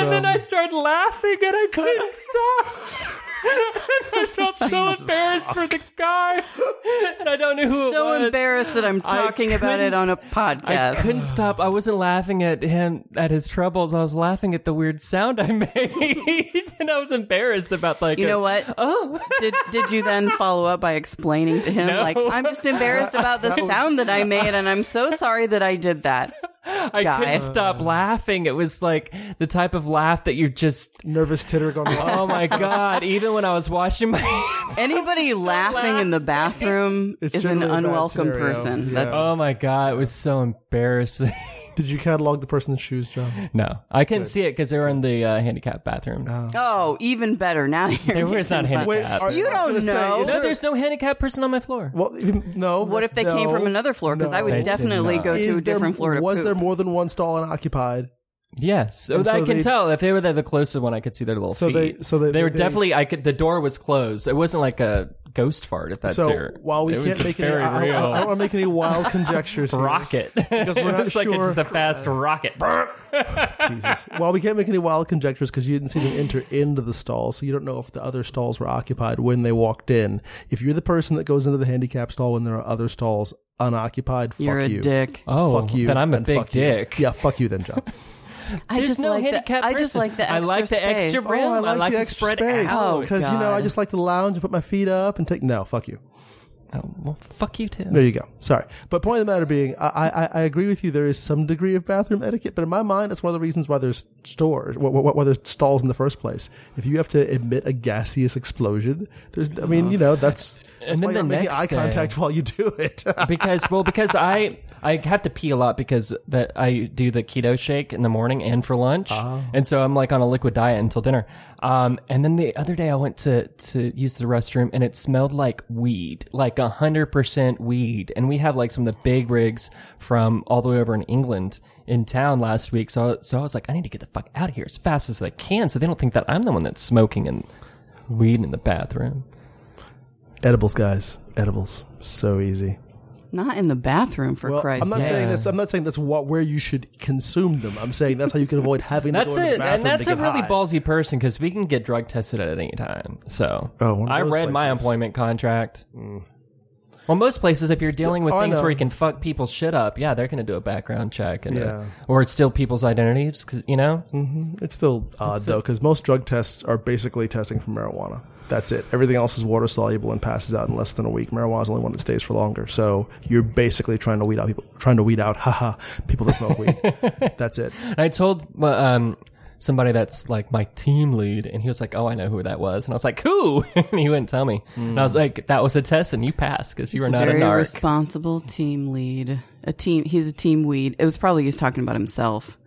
S1: and then
S3: um,
S1: I started laughing and I couldn't stop. [LAUGHS] I felt so embarrassed for the guy, and I don't know who it
S2: So
S1: was.
S2: embarrassed that I'm
S1: I
S2: talking about it on a
S1: I
S2: podcast.
S1: couldn't stop. I wasn't laughing at him at his troubles. I was laughing at the weird sound I [LAUGHS] made, and I was embarrassed about like
S2: You
S1: a-
S2: know what?
S1: [LAUGHS]
S3: [LAUGHS]
S1: Oh,
S2: [LAUGHS] Did did you then follow up by explaining to him
S1: No.
S2: like I'm just embarrassed about
S3: [LAUGHS]
S2: the sound that I made and I'm so sorry that I did that.
S1: I
S2: guy.
S1: couldn't stop laughing. It was like the type of laugh that you're just.
S3: Nervous titter
S2: [LAUGHS]
S3: going.
S1: Oh my god! Even when I was washing my [LAUGHS] hands.
S2: Anybody laughing in the bathroom
S3: It's
S2: is an
S3: generally a bad
S2: unwelcome
S3: scenario.
S2: person.
S3: Yeah.
S2: That's
S1: Oh my god! It was so embarrassing. [LAUGHS]
S3: Did you catalog the person's shoes, John?
S1: No, I couldn't see it because they were in the uh, handicapped bathroom.
S2: Oh, even better. Now [LAUGHS] you're
S1: They were it's not
S2: making fun.
S1: handicapped.
S3: are-
S2: You
S3: I was
S2: don't
S3: gonna say,
S2: know.
S3: is
S1: no,
S3: there-
S1: there's no handicapped person on my floor.
S3: Well, even- no.
S2: What if they
S3: no.
S2: came from another floor? Because I
S3: No.
S2: would
S1: They did
S2: definitely
S1: not.
S2: go
S3: Is
S2: to a
S3: there-
S2: different floor to
S3: Was
S2: poop.
S3: there more than one stall unoccupied?
S1: Yes, so
S3: And
S1: I
S3: so
S1: can
S3: they-
S1: tell if they were there the closest one, I could see their little
S3: So they-
S1: feet.
S3: so they-
S1: were
S3: they-
S1: definitely. I could. The door was closed. It wasn't like a ghost fart. If that's
S3: so
S1: there.
S3: while we
S1: It was
S3: can't make any,
S1: very
S3: I, I
S1: real
S3: don't, I don't want to make
S1: [LAUGHS]
S3: any wild conjectures. here. [LAUGHS]
S1: rocket. Because
S3: we're
S1: [LAUGHS]
S3: not
S1: it's like
S3: sure.
S1: it's just a fast rocket.
S3: Jesus. While we can't make any wild conjectures because you didn't see them enter into the stall, so you don't know if the other stalls were occupied when they walked in. If you're the person that goes into the handicap stall when there are other stalls unoccupied,
S2: You're
S3: fuck
S2: a
S3: you.
S2: dick.
S1: Oh,
S3: fuck you.
S1: then I'm a
S3: and
S1: big
S3: fuck you.
S1: dick.
S3: Yeah, fuck you
S1: [LAUGHS]
S3: then, John.
S2: I
S1: There's
S2: just
S1: no
S2: like the,
S1: handicapped
S2: I just
S1: person.
S2: like the
S1: I
S2: extra
S1: like the extra
S2: space.
S1: room.
S3: oh, I like,
S1: to
S3: the extra
S1: spread
S3: space
S1: out.
S2: Oh,
S3: you know
S2: God.
S3: I just like to lounge and put my feet up and take. No, fuck you.
S1: Oh, well, fuck you too.
S3: There you go. Sorry, but point of the matter being, I, I I agree with you. There is some degree of bathroom etiquette, but in my mind, that's one of the reasons why there's stores, why, why, why there's stalls in the first place. If you have to emit a gaseous explosion, there's, I mean, you
S1: [LAUGHS]
S3: know, that's that's
S1: then
S3: why
S1: the
S3: you're making
S1: next
S3: eye contact while you do it. [LAUGHS]
S1: because well because I I have to pee a lot because that I do the keto shake in the morning and for lunch and so I'm like on a liquid diet until dinner. Um, and then the other day I went to to use the restroom and it smelled like weed, like a hundred percent weed. And we have like some of the big rigs from all the way over in England in town last week. So so I was like I need to get the fuck out of here as fast as I can so they don't think that I'm the one that's smoking and weed in the bathroom.
S3: edibles, guys, edibles, so easy.
S2: Not in the bathroom for
S3: Well,
S2: Christ's
S3: I'm not
S2: sake.
S3: saying that's I'm not saying that's what where you should consume them. I'm saying that's how you can avoid having
S1: That's
S3: to go to the
S1: it,
S3: bathroom
S1: and that's
S3: to
S1: a
S3: get
S1: really
S3: high.
S1: ballsy person because we can get drug tested at any time. So
S3: Oh, one of
S1: I read
S3: those
S1: my
S3: places.
S1: employment contract. Mm. Well, most places, if you're dealing with
S3: Oh, I
S1: things
S3: know.
S1: where you can fuck people's shit up, yeah, they're going to do a background check and uh,
S3: Yeah. Hmm.
S1: or it's still people's identities, 'cause, you know.
S3: It's still odd though, because most drug tests are basically testing for marijuana. That's it. Everything else is water soluble and passes out in less than a week. Marijuana is the only one that stays for longer. So you're basically trying to weed out people, trying to weed out, [LAUGHS] haha, people that
S1: [LAUGHS]
S3: smoke weed. That's it.
S1: And I told uh, um, somebody that's like my team lead, and he was like, "Oh, I know who that was," and I was like, "Who?" [LAUGHS] and he wouldn't tell me,
S3: Hmm.
S1: and I was like, "That was a test, and you passed because you were
S2: He's
S1: not
S2: a
S1: a
S2: very
S1: narc."
S2: responsible team lead. A team. He's a team weed. It was probably he was talking about himself.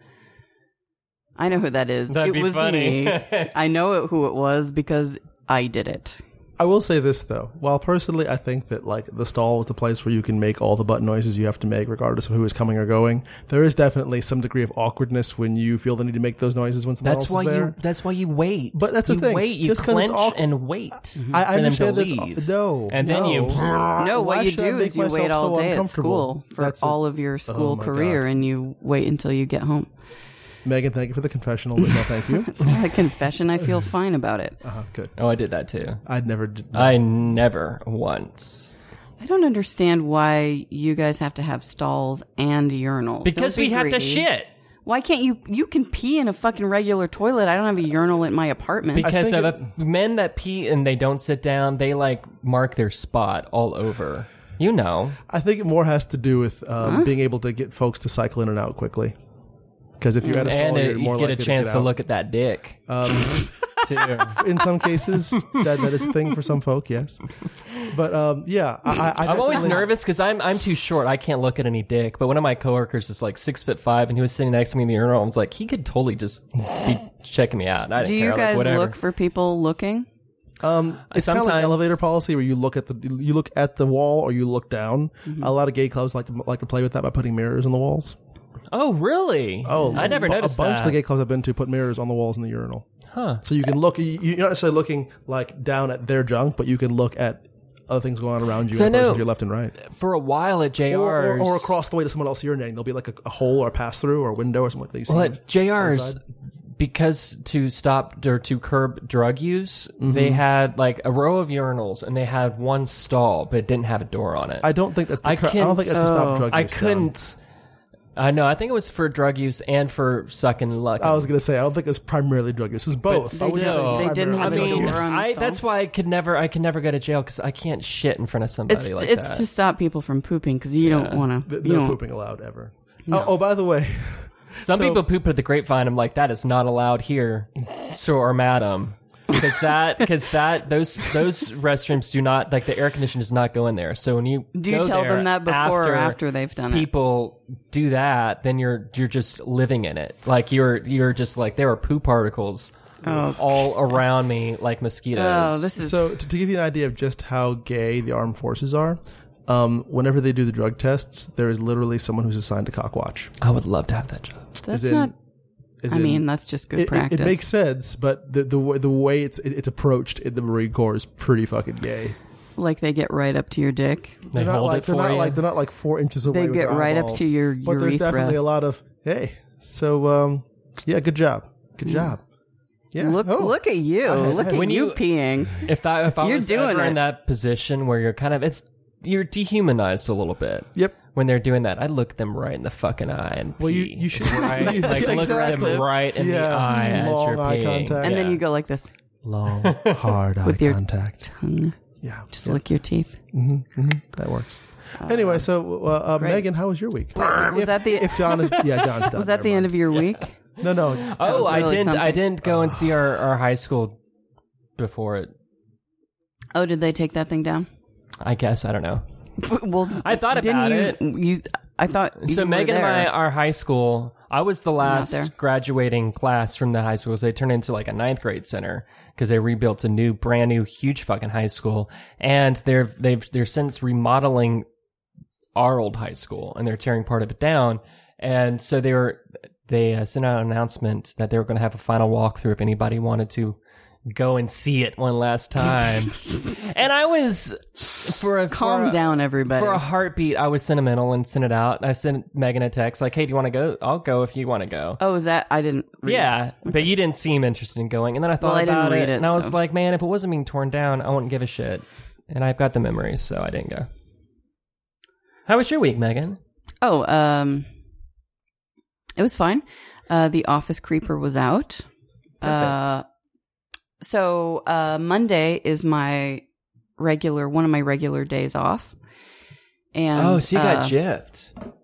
S2: I know who that is.
S1: That'd
S2: it
S1: be
S2: was
S1: funny.
S2: me.
S1: [LAUGHS]
S2: I know it, who it was because I did it.
S3: I will say this though. While personally, I think that like the stall is the place where you can make all the button noises you have to make, regardless of who is coming or going. There is definitely some degree of awkwardness when you feel the need to make those noises when someone
S1: That's
S3: else
S1: why
S3: is there.
S1: you. That's why you wait.
S3: But that's the
S1: you
S3: thing.
S1: Wait. You
S3: Just 'cause it's
S1: clench
S3: awkward-
S1: and wait.
S3: I
S1: for them to
S3: understand that's-
S1: leave.
S3: no,
S1: And then
S3: no.
S1: you.
S2: No,
S3: Uh, Why
S2: what you
S3: should I
S2: do
S3: make
S2: is you
S3: myself
S2: wait all
S3: so
S2: day at
S3: uncomfortable?
S2: school for
S3: That's it.
S2: all of your school
S3: my
S2: career,
S3: God.
S2: and you wait until you get
S3: [LAUGHS]
S2: home.
S3: Megan, thank you for the confessional, but no, thank
S1: [LAUGHS]
S3: you.
S2: Not a confession. I feel fine about it.
S3: Uh-huh, good.
S1: Oh, I did that too.
S3: I'd never. d-
S1: I never once.
S2: I don't understand why you guys have to have stalls and urinals.
S1: Because
S2: Don't be
S1: we have to
S2: greedy.
S1: shit.
S2: Why can't you? You can pee in a fucking regular toilet. I don't have a urinal in my apartment.
S1: Because
S3: think
S1: of a, men that pee and they don't sit down, they like mark their spot all over. You know.
S3: I think it more has to do with um, being able to get folks to cycle in and out quickly. Because if you're at a stall,
S1: Mm, and
S3: you're
S1: it,
S3: more
S1: you get a
S3: likely
S1: chance
S3: to,
S1: to,
S3: get out.
S1: look at that dick
S3: Um,
S1: [LAUGHS] too.
S3: in some cases, that, that is a thing for some folk. Yes, but um, yeah, I, I, I
S1: I'm always
S3: definitely-
S1: nervous because I'm I'm too short. I can't look at any dick. But one of my coworkers is like six foot five, and he was sitting next to me in the urinal. and was like, he could totally just be checking me out. and I didn't
S2: Do
S1: care,
S2: you
S1: like,
S2: guys
S1: whatever.
S2: look for people looking?
S3: Um, it's kind of like
S1: sometimes-
S3: elevator policy where you look at the you look at the wall or you look down.
S1: Mm-hmm.
S3: A lot of gay clubs like to, like to play with that by putting mirrors on the walls.
S1: Oh, really?
S3: Oh,
S1: I never
S3: bu-
S1: noticed
S3: A bunch
S1: that.
S3: of the gay clubs I've been to put mirrors on the walls in the urinal. Huh. So you can look. you- You're not necessarily looking like down at their junk, but you can look at other things going on around you
S1: So
S3: and
S1: I
S3: the person
S1: know-
S3: to your left and right,
S1: for a while at JR's,
S3: or, or, or across the way to someone else urinating. There'll be like a, a hole or a pass through or a window or something like that. You see.
S1: Well, at JR's,
S3: outside.
S1: because to stop or to curb drug use, they
S3: Mm-hmm.
S1: had like a row of urinals and they had one stall, but it didn't have a door on it.
S3: I don't think that's. The
S1: I
S3: cur- I don't
S1: can't-
S3: think that's the stop drug
S1: I
S3: use, John.
S1: couldn't. I know. I think it was for drug use and for sucking and lucking.
S3: I was gonna say I don't think it's primarily drug use. It's both. I
S1: They
S3: wouldn't
S1: do.
S3: say
S1: They
S2: didn't
S1: I
S3: primarily
S2: have a
S3: drug
S2: door
S1: mean,
S3: use.
S2: on the
S1: I,
S2: stall.
S1: that's why I could never, I could never go to jail because I can't shit in front of somebody
S2: It's
S1: like
S2: it's
S1: that.
S2: to stop people from pooping because you don't want to.
S3: Th-
S2: You
S3: No
S2: don't.
S3: pooping allowed ever. Oh, oh, by the way,
S1: Some
S3: so-
S1: people poop at the grapevine. I'm like, that is not allowed here, sir or madam, because
S2: [LAUGHS]
S1: that, because that, those, those restrooms do not like the air conditioning does not go in there. So when you
S2: Do you
S1: go
S2: tell
S1: there
S2: them that before or after they've done it?
S1: people do that, then you're you're just living in it. Like you're you're just like there are poo particles all around me like mosquitoes.
S2: Oh, this is
S3: so to, to give you an idea of just how gay the armed forces are, um, whenever they do the drug tests, there is literally someone who's assigned to cockwatch.
S1: I would love to have that job.
S2: that's
S3: in-
S2: not.
S3: As
S2: I
S3: in,
S2: mean, that's just good
S3: it, it-
S2: practice.
S3: It, makes sense, but the the, way- the way it's it, it's approached in the Marine Corps is pretty fucking gay.
S2: like they get right up to your dick.
S1: They
S3: They're not
S1: hold
S3: like
S1: it
S3: they're
S1: for
S3: not
S1: you.
S3: like they're not like four inches away.
S2: They
S3: with
S2: get
S3: their
S2: right up
S3: eyeballs.
S2: to your
S3: But there's
S2: urethra.
S3: definitely a lot of hey. So um, yeah, good job, good job. Yeah,
S2: Mm. Look,
S3: oh.
S2: look at you! look at
S1: when
S2: you,
S1: you-
S2: peeing.
S1: if I if I
S2: You're
S1: was
S2: doing
S1: ever
S2: it.
S1: in that position where you're kind of it's you're dehumanized a little bit.
S3: Yep.
S1: When they're doing that, I look them right in the fucking eye and
S3: Well, you-
S1: pee.
S3: you should-
S1: right,
S3: [LAUGHS] you-
S1: like look
S3: exactly.
S1: them right in the
S3: Yeah,
S1: eye as
S3: long
S1: you're
S3: eye
S1: peeing.
S3: contact.
S2: And then you go like this.
S3: long, hard eye
S2: your-
S3: contact.
S2: Tongue.
S3: Yeah,
S2: Just lick your teeth.
S3: that works. anyway, so uh, uh, Megan, how was your week? was if,
S2: that the-
S3: if John is yeah John's done.
S2: Was that the end of your week?
S3: No, no.
S1: Oh,
S2: was
S1: I
S2: really
S1: didn't. I
S2: something.
S1: didn't go and see our, our high school before it.
S2: Oh, did they take that thing down?
S1: I guess I don't know.
S2: Well,
S1: I thought
S2: didn't
S1: about
S2: you,
S1: it.
S2: You, I thought
S1: So
S2: you were
S1: Megan
S2: there.
S1: and I, our high school, I was the
S2: there.
S1: last graduating class from the high school. So they turned into like a ninth grade center because they rebuilt a new, brand new, huge fucking high school, and they're they've they're since remodeling our old high school and they're tearing part of it down. And so they were they uh, sent out an announcement that they were going to have a final walkthrough if anybody wanted to go and see it one last
S2: [LAUGHS]
S1: time. and I was for a for
S2: Calm
S1: a-
S2: down, everybody.
S1: for a heartbeat, I was sentimental and sent it out. I sent Megan a text like, "Hey, do you want to go? I'll go if you want to go."
S2: oh, is that I didn't? Read.
S1: yeah, but you didn't seem interested in going. And then I thought
S2: Well, I didn't
S1: about
S2: read
S1: it,
S2: it,
S1: and I was
S2: so-
S1: like, "Man, if it wasn't being torn down, I wouldn't give a shit." And I've got the memories, so I didn't go. How was your week, Megan?
S2: Oh, um, it was fine. Uh, the office creeper was out. Uh, so uh, Monday is my regular one of my regular days off.
S3: Um,
S2: And
S1: oh, so you
S2: uh,
S1: got gypped.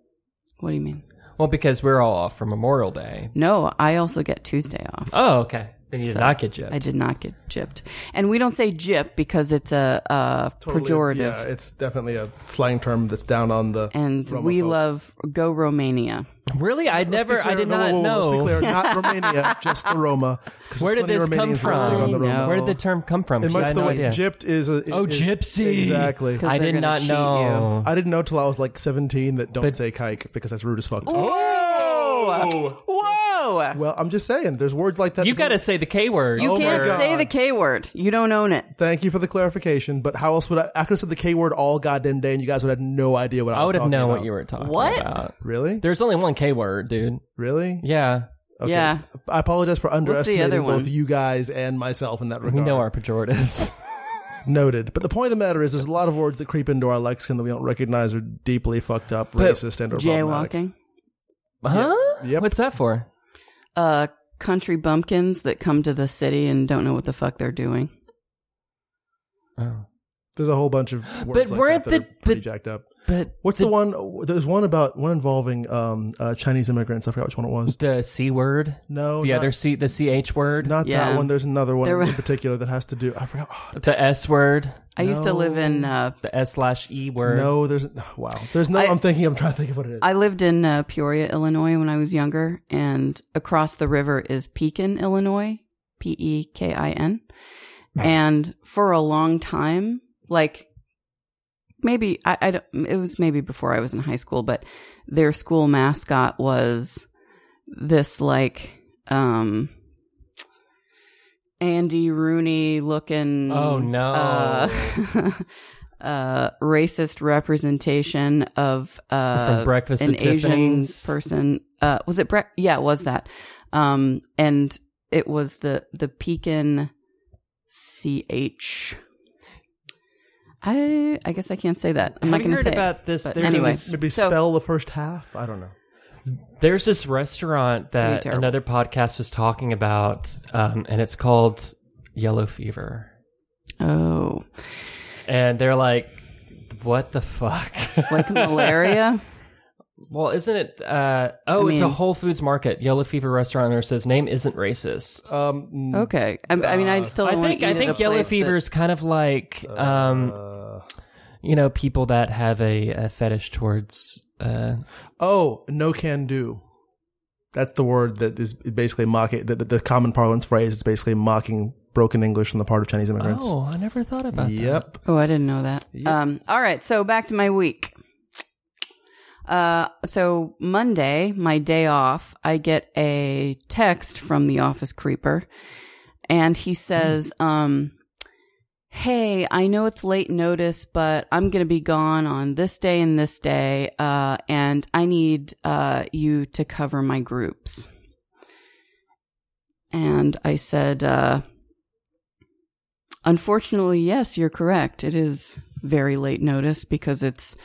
S2: what do you mean?
S1: Well, because we're all off for Memorial Day.
S2: No, I also get Tuesday off.
S1: Oh, okay. Then you did
S2: So,
S1: not get gypped.
S2: I did not get gypped. And we don't say gyp because it's a, a pejorative.
S3: Yeah, it's definitely a slang term that's down on the.
S2: And we
S3: Romophobe.
S2: love go Romania.
S1: really, I never. I did
S3: No,
S1: not
S3: whoa, whoa, whoa,
S1: know.
S3: Let's be clear, not Romania, just the Roma. 'cause
S1: Where
S3: there's
S1: did
S3: plenty
S1: this
S3: of
S1: come
S3: Romanians living on the
S1: from?
S2: I
S3: Roma.
S2: know.
S1: Where did the term come from?
S3: In
S1: Because I
S3: much
S1: had
S3: the
S1: no
S3: way,
S1: idea.
S3: gypped is a.
S1: Oh,
S3: is-
S1: gypsy.
S3: Exactly.
S2: Because
S1: I
S2: they're
S1: did
S2: gonna
S1: not
S2: cheat
S1: know.
S3: I didn't know till I was like 17 that don't say kike because that's rude as fuck.
S2: you. Whoa!
S3: Well, I'm just saying, there's words like that.
S1: You got to say the K word.
S2: You
S3: Oh my
S2: can't
S3: God.
S2: say the K word. You don't own it.
S3: Thank you for the clarification, but how else would I? I could have said the K word all goddamn day, and you guys would have no idea what I,
S1: I
S3: was
S1: would have
S3: talking
S1: known
S3: about.
S1: what you were talking
S2: What?
S1: about.
S3: Really?
S1: There's only one K word, dude.
S3: really?
S1: Yeah.
S3: Okay.
S2: Yeah.
S3: I apologize for underestimating
S2: other one?
S3: both you guys and myself in that regard.
S1: We know our
S2: [LAUGHS]
S1: pejoratives. [LAUGHS]
S3: Noted. But the point of the matter is, there's a lot of words that creep into our lexicon that we don't recognize are deeply fucked up, racist, and or problematic.
S2: Jaywalking.
S1: huh?
S3: Yep.
S1: What's that for?
S2: Uh, country
S3: Oh.
S2: bumpkins that come to the city and don't know what the fuck they're doing.
S3: There's a whole bunch of words like
S1: weren't
S3: that, that
S1: the-
S3: are pretty
S1: but-
S3: jacked up.
S1: But
S3: What's the, one? There's one about one involving um, uh, Chinese immigrants. I forgot which one it was.
S1: the c word,
S3: No,
S1: the
S3: not,
S1: other c, the ch word,
S3: Not
S2: Yeah.
S3: that one. There's another one
S2: There were-
S3: in particular that has to do. I forgot. oh,
S1: the s word,
S2: I used to live in. Uh,
S1: the s slash e word.
S3: no, there's wow. There's no. I,
S2: I-
S3: am thinking. I'm trying to think of what it is.
S2: I lived in uh, Peoria, Illinois, when I was younger, and across the river is Pekin, Illinois, P E K I N, and for a long time, like maybe I, I don't, it was maybe before I was in high school, but their school mascot was this like um Andy Rooney looking
S1: Oh, no.
S2: uh, [LAUGHS] uh racist representation of uh
S1: From Breakfast
S2: an
S1: at
S2: Asian
S1: Tiffany's?
S2: person uh was it bre- yeah it was that um and it was the the Pekin CH I I guess I can't say that I'm
S1: Have
S2: not
S1: you
S2: going to
S1: heard
S2: say it.
S1: about this?
S2: but
S1: There's
S2: anyway.
S1: this-
S3: maybe
S2: so-
S3: spell the first half. I don't know.
S1: There's this restaurant that
S2: terrible.
S1: another podcast was talking about, um, and it's called Yellow Fever.
S2: oh
S1: And they're like, what the fuck? [LAUGHS]
S2: like malaria
S1: well, isn't it? Uh, oh,
S2: I
S1: it's a
S2: mean-
S1: Whole Foods market. Yellow Fever restaurant owner says name isn't racist.
S3: Um, n-
S2: Okay. I, I mean, I still.
S1: Uh, I
S2: don't wanna
S1: think
S2: eat
S1: I
S2: at a
S1: think yellow
S2: place that-
S1: fever is kind of like um, you know people that have a, a fetish towards uh,
S3: Oh, no can do. That's the word that is basically mocking the, the, the common parlance phrase. is basically mocking broken English on the part of Chinese immigrants.
S1: oh I never thought about that.
S3: yep.
S2: Oh, I didn't know that. Um. All right. So back to my week. Uh. So Monday, my day off, I get a text from the office creeper, and he says, um. Hey, I know it's late notice, but I'm going to be gone on this day and this day, uh, and I need uh, you to cover my groups. And I said, uh, Unfortunately, yes, you're correct. It is very late notice because it's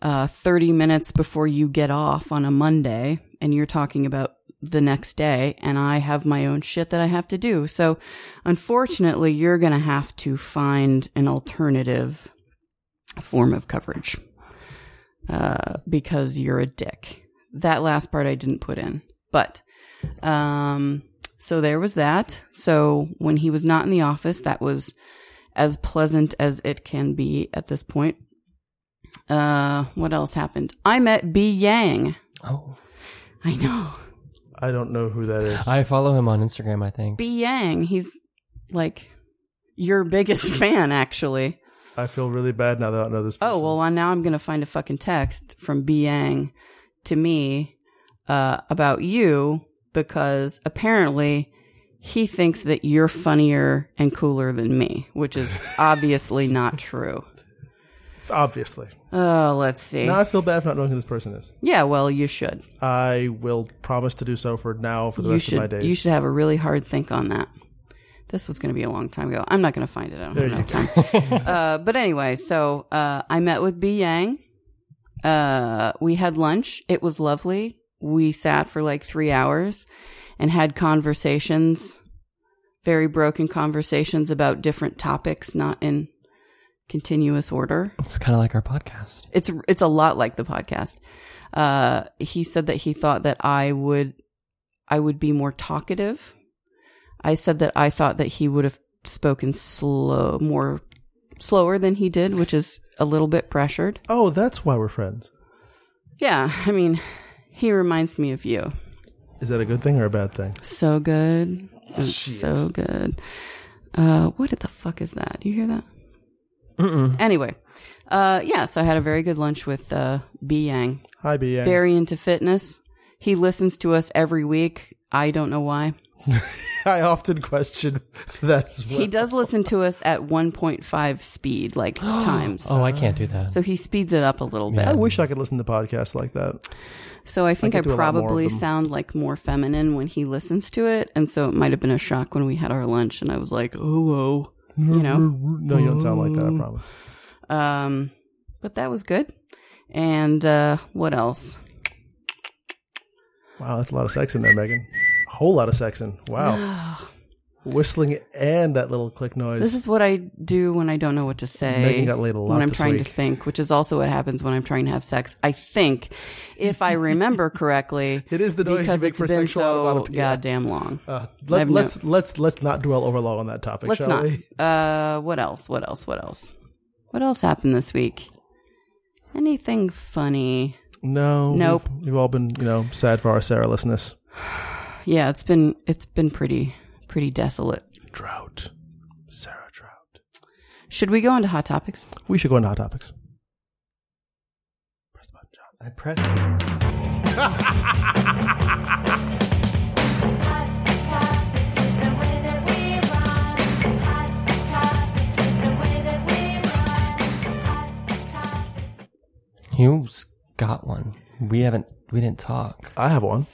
S2: uh, 30 minutes before you get off on a Monday and you're talking about the next day and I have my own shit that I have to do. So unfortunately, you're going to have to find an alternative form of coverage uh, because you're a dick. That last part I didn't put in, but um, so there was that. So when he was not in the office, that was as pleasant as it can be at this point. Uh, what else happened? I met B Yang.
S1: Oh,
S2: I know [LAUGHS]
S3: I don't know who that is.
S1: I follow him on Instagram. I think
S2: B Yang. He's like your biggest [LAUGHS] fan, actually.
S3: I feel really bad now that I don't know this. Person.
S2: Oh well, I- now I'm gonna find a fucking text from B Yang to me uh, about you because apparently he thinks that you're funnier and cooler than me, which is obviously not true.
S3: obviously.
S2: Oh, let's see.
S3: Now I feel bad for not knowing who this person is.
S2: yeah, well, you should.
S3: I will promise to do so for now for the
S2: You
S3: rest of my
S2: should.
S3: days.
S2: You should have a really hard think on that. This was going to be a long time ago. I'm not going to find it. I don't
S3: There
S2: have enough time.
S3: [LAUGHS]
S2: uh, but anyway, so uh, I met with B Yang. Uh, we had lunch. It was lovely. We sat for like three hours and had conversations, very broken conversations about different topics, not in continuous order
S1: it's kind of like our podcast.
S2: it's it's a lot like the podcast. Uh, he said that he thought that I would I would be more talkative. I said that I thought that he would have spoken slow, more slower than he did, which is a little bit pressured.
S3: oh, that's why we're friends.
S2: Yeah, I mean, he reminds me of you.
S3: Is that a good thing or a bad thing?
S2: So good, It was so good. Uh, what the fuck is that? You hear that?
S1: Mm-mm.
S2: Anyway, uh, yeah. So I had a very good lunch with uh, B Yang.
S3: Hi, BA.
S2: very into fitness. He listens to us every week. I don't know why.
S3: I often question [LAUGHS] that. as well.
S2: He does listen to us at 1.5 speed, like
S3: [GASPS]
S2: times.
S1: Oh, I can't do that.
S2: So he speeds it up a little bit.
S3: I wish I could listen to podcasts like that.
S2: So I think I,
S3: could do a lot more of
S2: probably
S3: them.
S2: sound like more feminine when he listens to it. And so it might have been a shock when we had our lunch and I was like, oh, oh, you
S3: [LAUGHS]
S2: know?
S3: No, you don't sound like that. I promise.
S2: Um, but that was good. And uh, what else? [SIGHS]
S3: Wow, that's a lot of sex in there, Megan. A whole lot of sex in. Wow. whistling and that little click noise.
S2: This is what I do when I don't know what to say.
S3: Megan got laid a lot
S2: when I'm
S3: this
S2: trying
S3: week.
S2: to think, which is also what happens when I'm trying to have sex. I think, if I
S3: [LAUGHS]
S2: remember correctly,
S3: It is the noise you
S2: because
S3: make
S2: it's
S3: for
S2: been
S3: sexual
S2: so
S3: onomatopoeia.
S2: goddamn long.
S3: uh,
S2: I
S3: let,
S2: have no-
S3: let's let's let's not dwell over long on that topic,
S2: Let's
S3: shall
S2: not.
S3: we? [LAUGHS]
S2: Uh, what else? What else? What else? What else happened this week? Anything funny?
S3: No,
S2: Nope.
S3: We've, we've all been you know sad for our Sarah-lessness.
S2: Yeah, it's been it's been pretty pretty desolate.
S3: Drought, Sarah Drought.
S2: Should we go on to hot topics?
S3: We should go into hot topics.
S1: I pressed. Hugh's got one. We haven't. We didn't talk.
S3: I have one.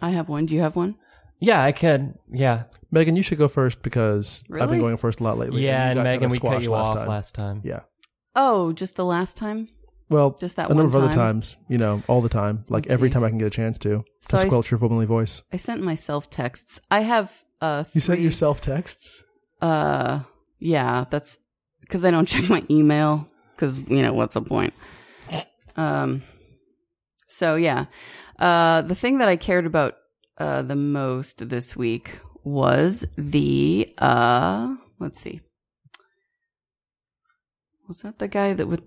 S2: I have one. Do you have one?
S1: Yeah, I could. Yeah,
S3: Megan, you should go first because I've
S2: Really?
S3: been going first a lot lately.
S1: yeah.
S3: you
S1: And
S3: got
S1: Megan,
S3: kinda
S1: we cut
S3: squashed
S1: you off
S3: time.
S1: last time.
S3: Yeah.
S2: Oh, just the last time.
S3: Well,
S2: Just that
S3: a number
S2: one
S3: of other
S2: time?
S3: times, you know, all the time, like
S2: Let's
S3: every
S2: see.
S3: time I can get a chance to.
S2: So
S3: to
S2: I-
S3: squelch your womanly voice.
S2: I sent myself texts. I have uh
S3: You sent
S2: three-
S3: yourself texts.
S2: uh yeah, that's cuz I don't [LAUGHS] check my email cuz you know what's the point. Um so yeah. Uh the thing that I cared about uh the most this week was the uh let's see. Was that the guy that with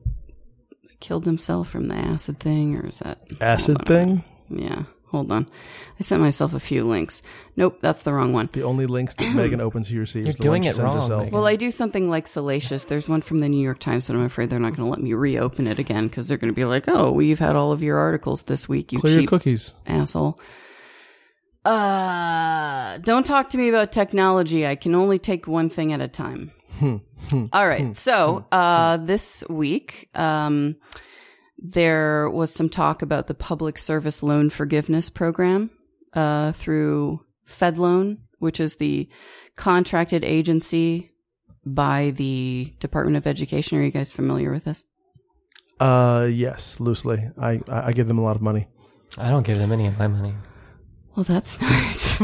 S2: killed himself from the acid thing or is that
S3: Acid thing.
S2: yeah, hold on. I sent myself a few links. Nope, that's the wrong one.
S3: The only links
S2: [CLEARS THROAT]
S3: that Megan opens to receive
S1: You're
S3: is the one
S1: doing
S3: she
S1: it
S3: sends
S1: wrong,
S3: herself.
S1: Megan.
S2: Well, I do something like salacious. There's one from the New York Times, but I'm afraid they're not going to let me reopen it again because they're going to be like, "Oh, well, you've had all of your articles this week, you
S3: Clear your
S2: cheap
S3: cookies.
S2: asshole." Uh, don't talk to me about technology. I can only take one thing at a time. all right. So, uh, this week, um, there was some talk about the public service loan forgiveness program uh, through FedLoan, which is the contracted agency by the Department of Education. Are you guys familiar with this?
S3: Uh, yes, loosely. I, I I give them a lot of money.
S1: I don't give them any of my money.
S2: Well,
S3: [LAUGHS]
S2: that's nice.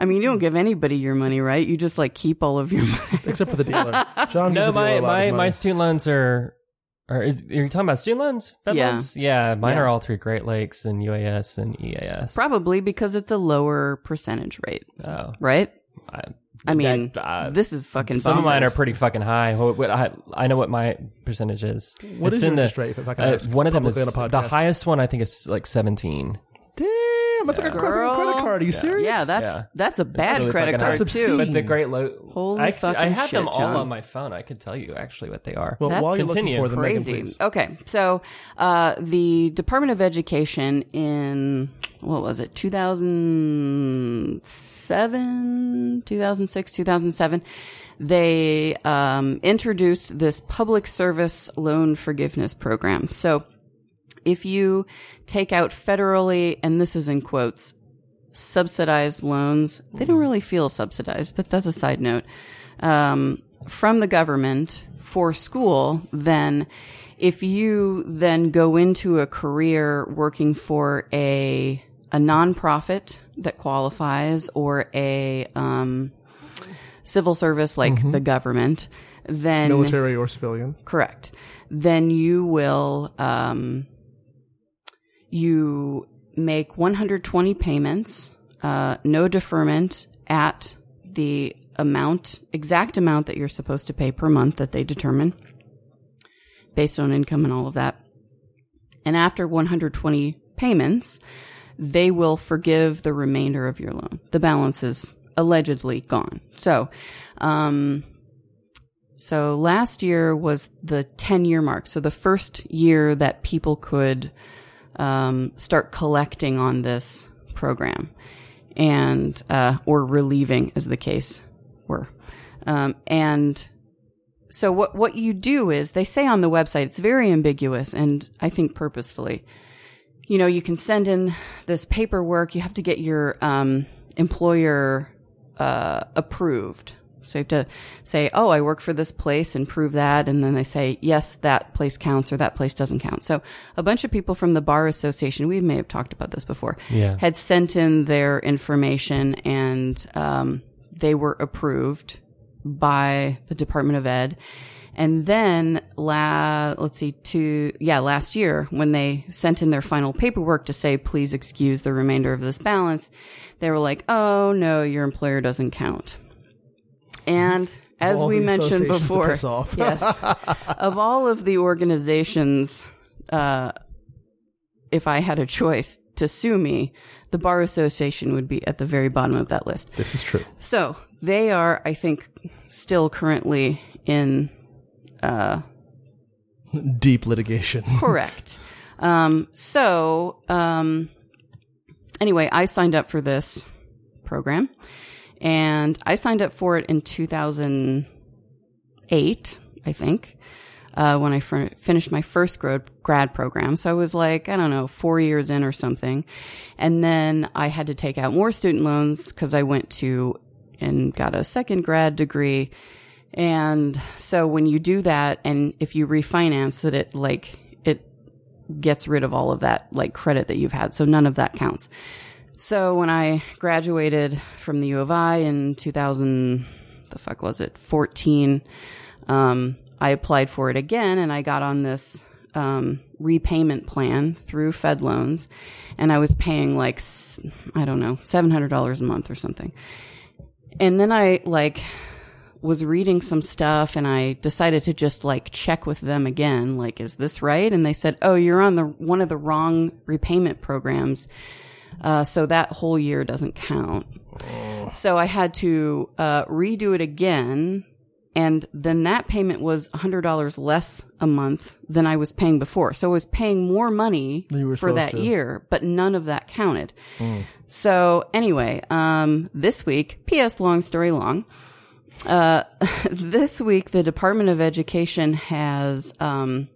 S2: I mean, you don't give anybody your money, right? You just like keep all of your money.
S3: [LAUGHS] except for
S2: [LAUGHS]
S3: the dealer. John
S1: No,
S3: gives the dealer
S1: my
S3: a lot of his
S1: my,
S3: money.
S1: my student loans are. Are, is- are you talking about student loans? Fed
S2: Yeah.
S1: loans? Yeah. Mine
S2: Yeah.
S1: are all through Great Lakes and UAS and E EAS.
S2: Probably because it's a lower percentage rate,
S1: oh,
S2: right?
S1: I,
S2: I mean,
S1: that- uh,
S2: this is fucking.
S1: Some of mine are
S2: bonkers.
S1: pretty fucking high. What, what, I, I know what my percentage is.
S3: What
S1: It's
S3: is
S1: in
S3: your
S1: the-
S3: interest rate? If I can
S1: uh,
S3: ask
S1: one of them
S3: publicly
S1: is
S3: on a
S1: the
S3: podcast?
S1: highest one. I think is like seventeen.
S3: Damn, that's like a
S2: Girl.
S3: credit, credit card. Are you serious?
S2: Yeah, that's
S1: Yeah.
S2: that's a bad
S1: really
S2: credit
S1: fucking
S2: card
S1: high.
S3: That's
S2: too.
S3: obscene.
S1: But the great low.
S2: Mm. Holy
S1: I,
S2: fucking
S1: I have them
S2: shit,
S1: all
S2: John.
S1: on my phone. I could tell you actually what they are.
S3: Well,
S2: That's
S3: while you're looking
S1: Continue.
S3: for the Megan,
S2: crazy.
S3: please.
S2: okay, so uh, the Department of Education in what was it, 2007, 2006, 2007, they um, introduced this public service loan forgiveness program. So if you take out federally, and this is in quotes, subsidized loans. They don't really feel subsidized, but that's a side note. Um, from the government for school, then if you then go into a career working for a a nonprofit that qualifies or a um, civil service like the government, then
S3: military or civilian.
S2: correct then you will um you make 120 payments uh no deferment at the amount exact amount that you're supposed to pay per month that they determine based on income and all of that and after 120 payments they will forgive the remainder of your loan the balance is allegedly gone so um so last year was the 10 year mark. So the first year that people could um, start collecting on this program and, uh, or relieving as the case were. Um, and so what, what you do is they say on the website, it's very ambiguous and I think purposefully, you know, you can send in this paperwork. You have to get your um, employer uh, approved. So you have to say, oh, I work for this place and prove that. And then they say, yes, that place counts or that place doesn't count. So a bunch of people from the Bar Association, we may have talked about this before,
S1: Yeah.
S2: had sent in their information and um, they were approved by the Department of Ed. And then la- let's see, two, yeah, last year when they sent in their final paperwork to say, please excuse the remainder of this balance, they were like, oh no, your employer doesn't count. And as
S3: All
S2: we
S3: the
S2: mentioned
S3: associations to
S2: before,
S3: piss off.
S2: [LAUGHS] yes, of all of the organizations, uh, if I had a choice to sue me, the bar association would be at the very bottom of that list.
S3: This is true.
S2: So they are, I think, still currently in
S3: [LAUGHS]
S2: uh,
S3: Deep litigation. [LAUGHS]
S2: correct. um, so um, anyway, I signed up for this program, and I signed up for it in 2008, I think, uh, when I fir- finished my first grad grad program. So I was like, I don't know, four years in or something, and then I had to take out more student loans because I went to and got a second grad degree. And so when you do that and if you refinance it, it like it gets rid of all of that like credit that you've had. So none of that counts. So when I graduated from the U of I in 2000, the fuck was it? 14. Um, I applied for it again and I got on this, um, repayment plan through Fed loans and I was paying like, s- I don't know, $700 a month or something. And then I like was reading some stuff and I decided to just like check with them again, like, is this right? And they said, oh, you're on the one of the wrong repayment programs. Uh, so that whole year doesn't count. So I had to uh, redo it again. And then that payment was $100 less a month than I was paying before. So I was paying more money
S3: Than you were
S2: for that
S3: supposed to. Hmm.
S2: year, but none of that counted. So anyway, um, this week, P.S. Long story long [LAUGHS] this week, the Department of Education has um,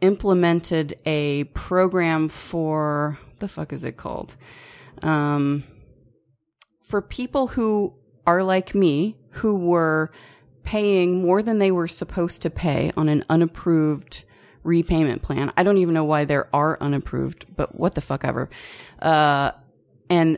S2: implemented a program for the fuck is it called? Um, for people who are like me, who were paying more than they were supposed to pay on an unapproved repayment plan. I don't even know why there are unapproved, but what the fuck ever. Uh, and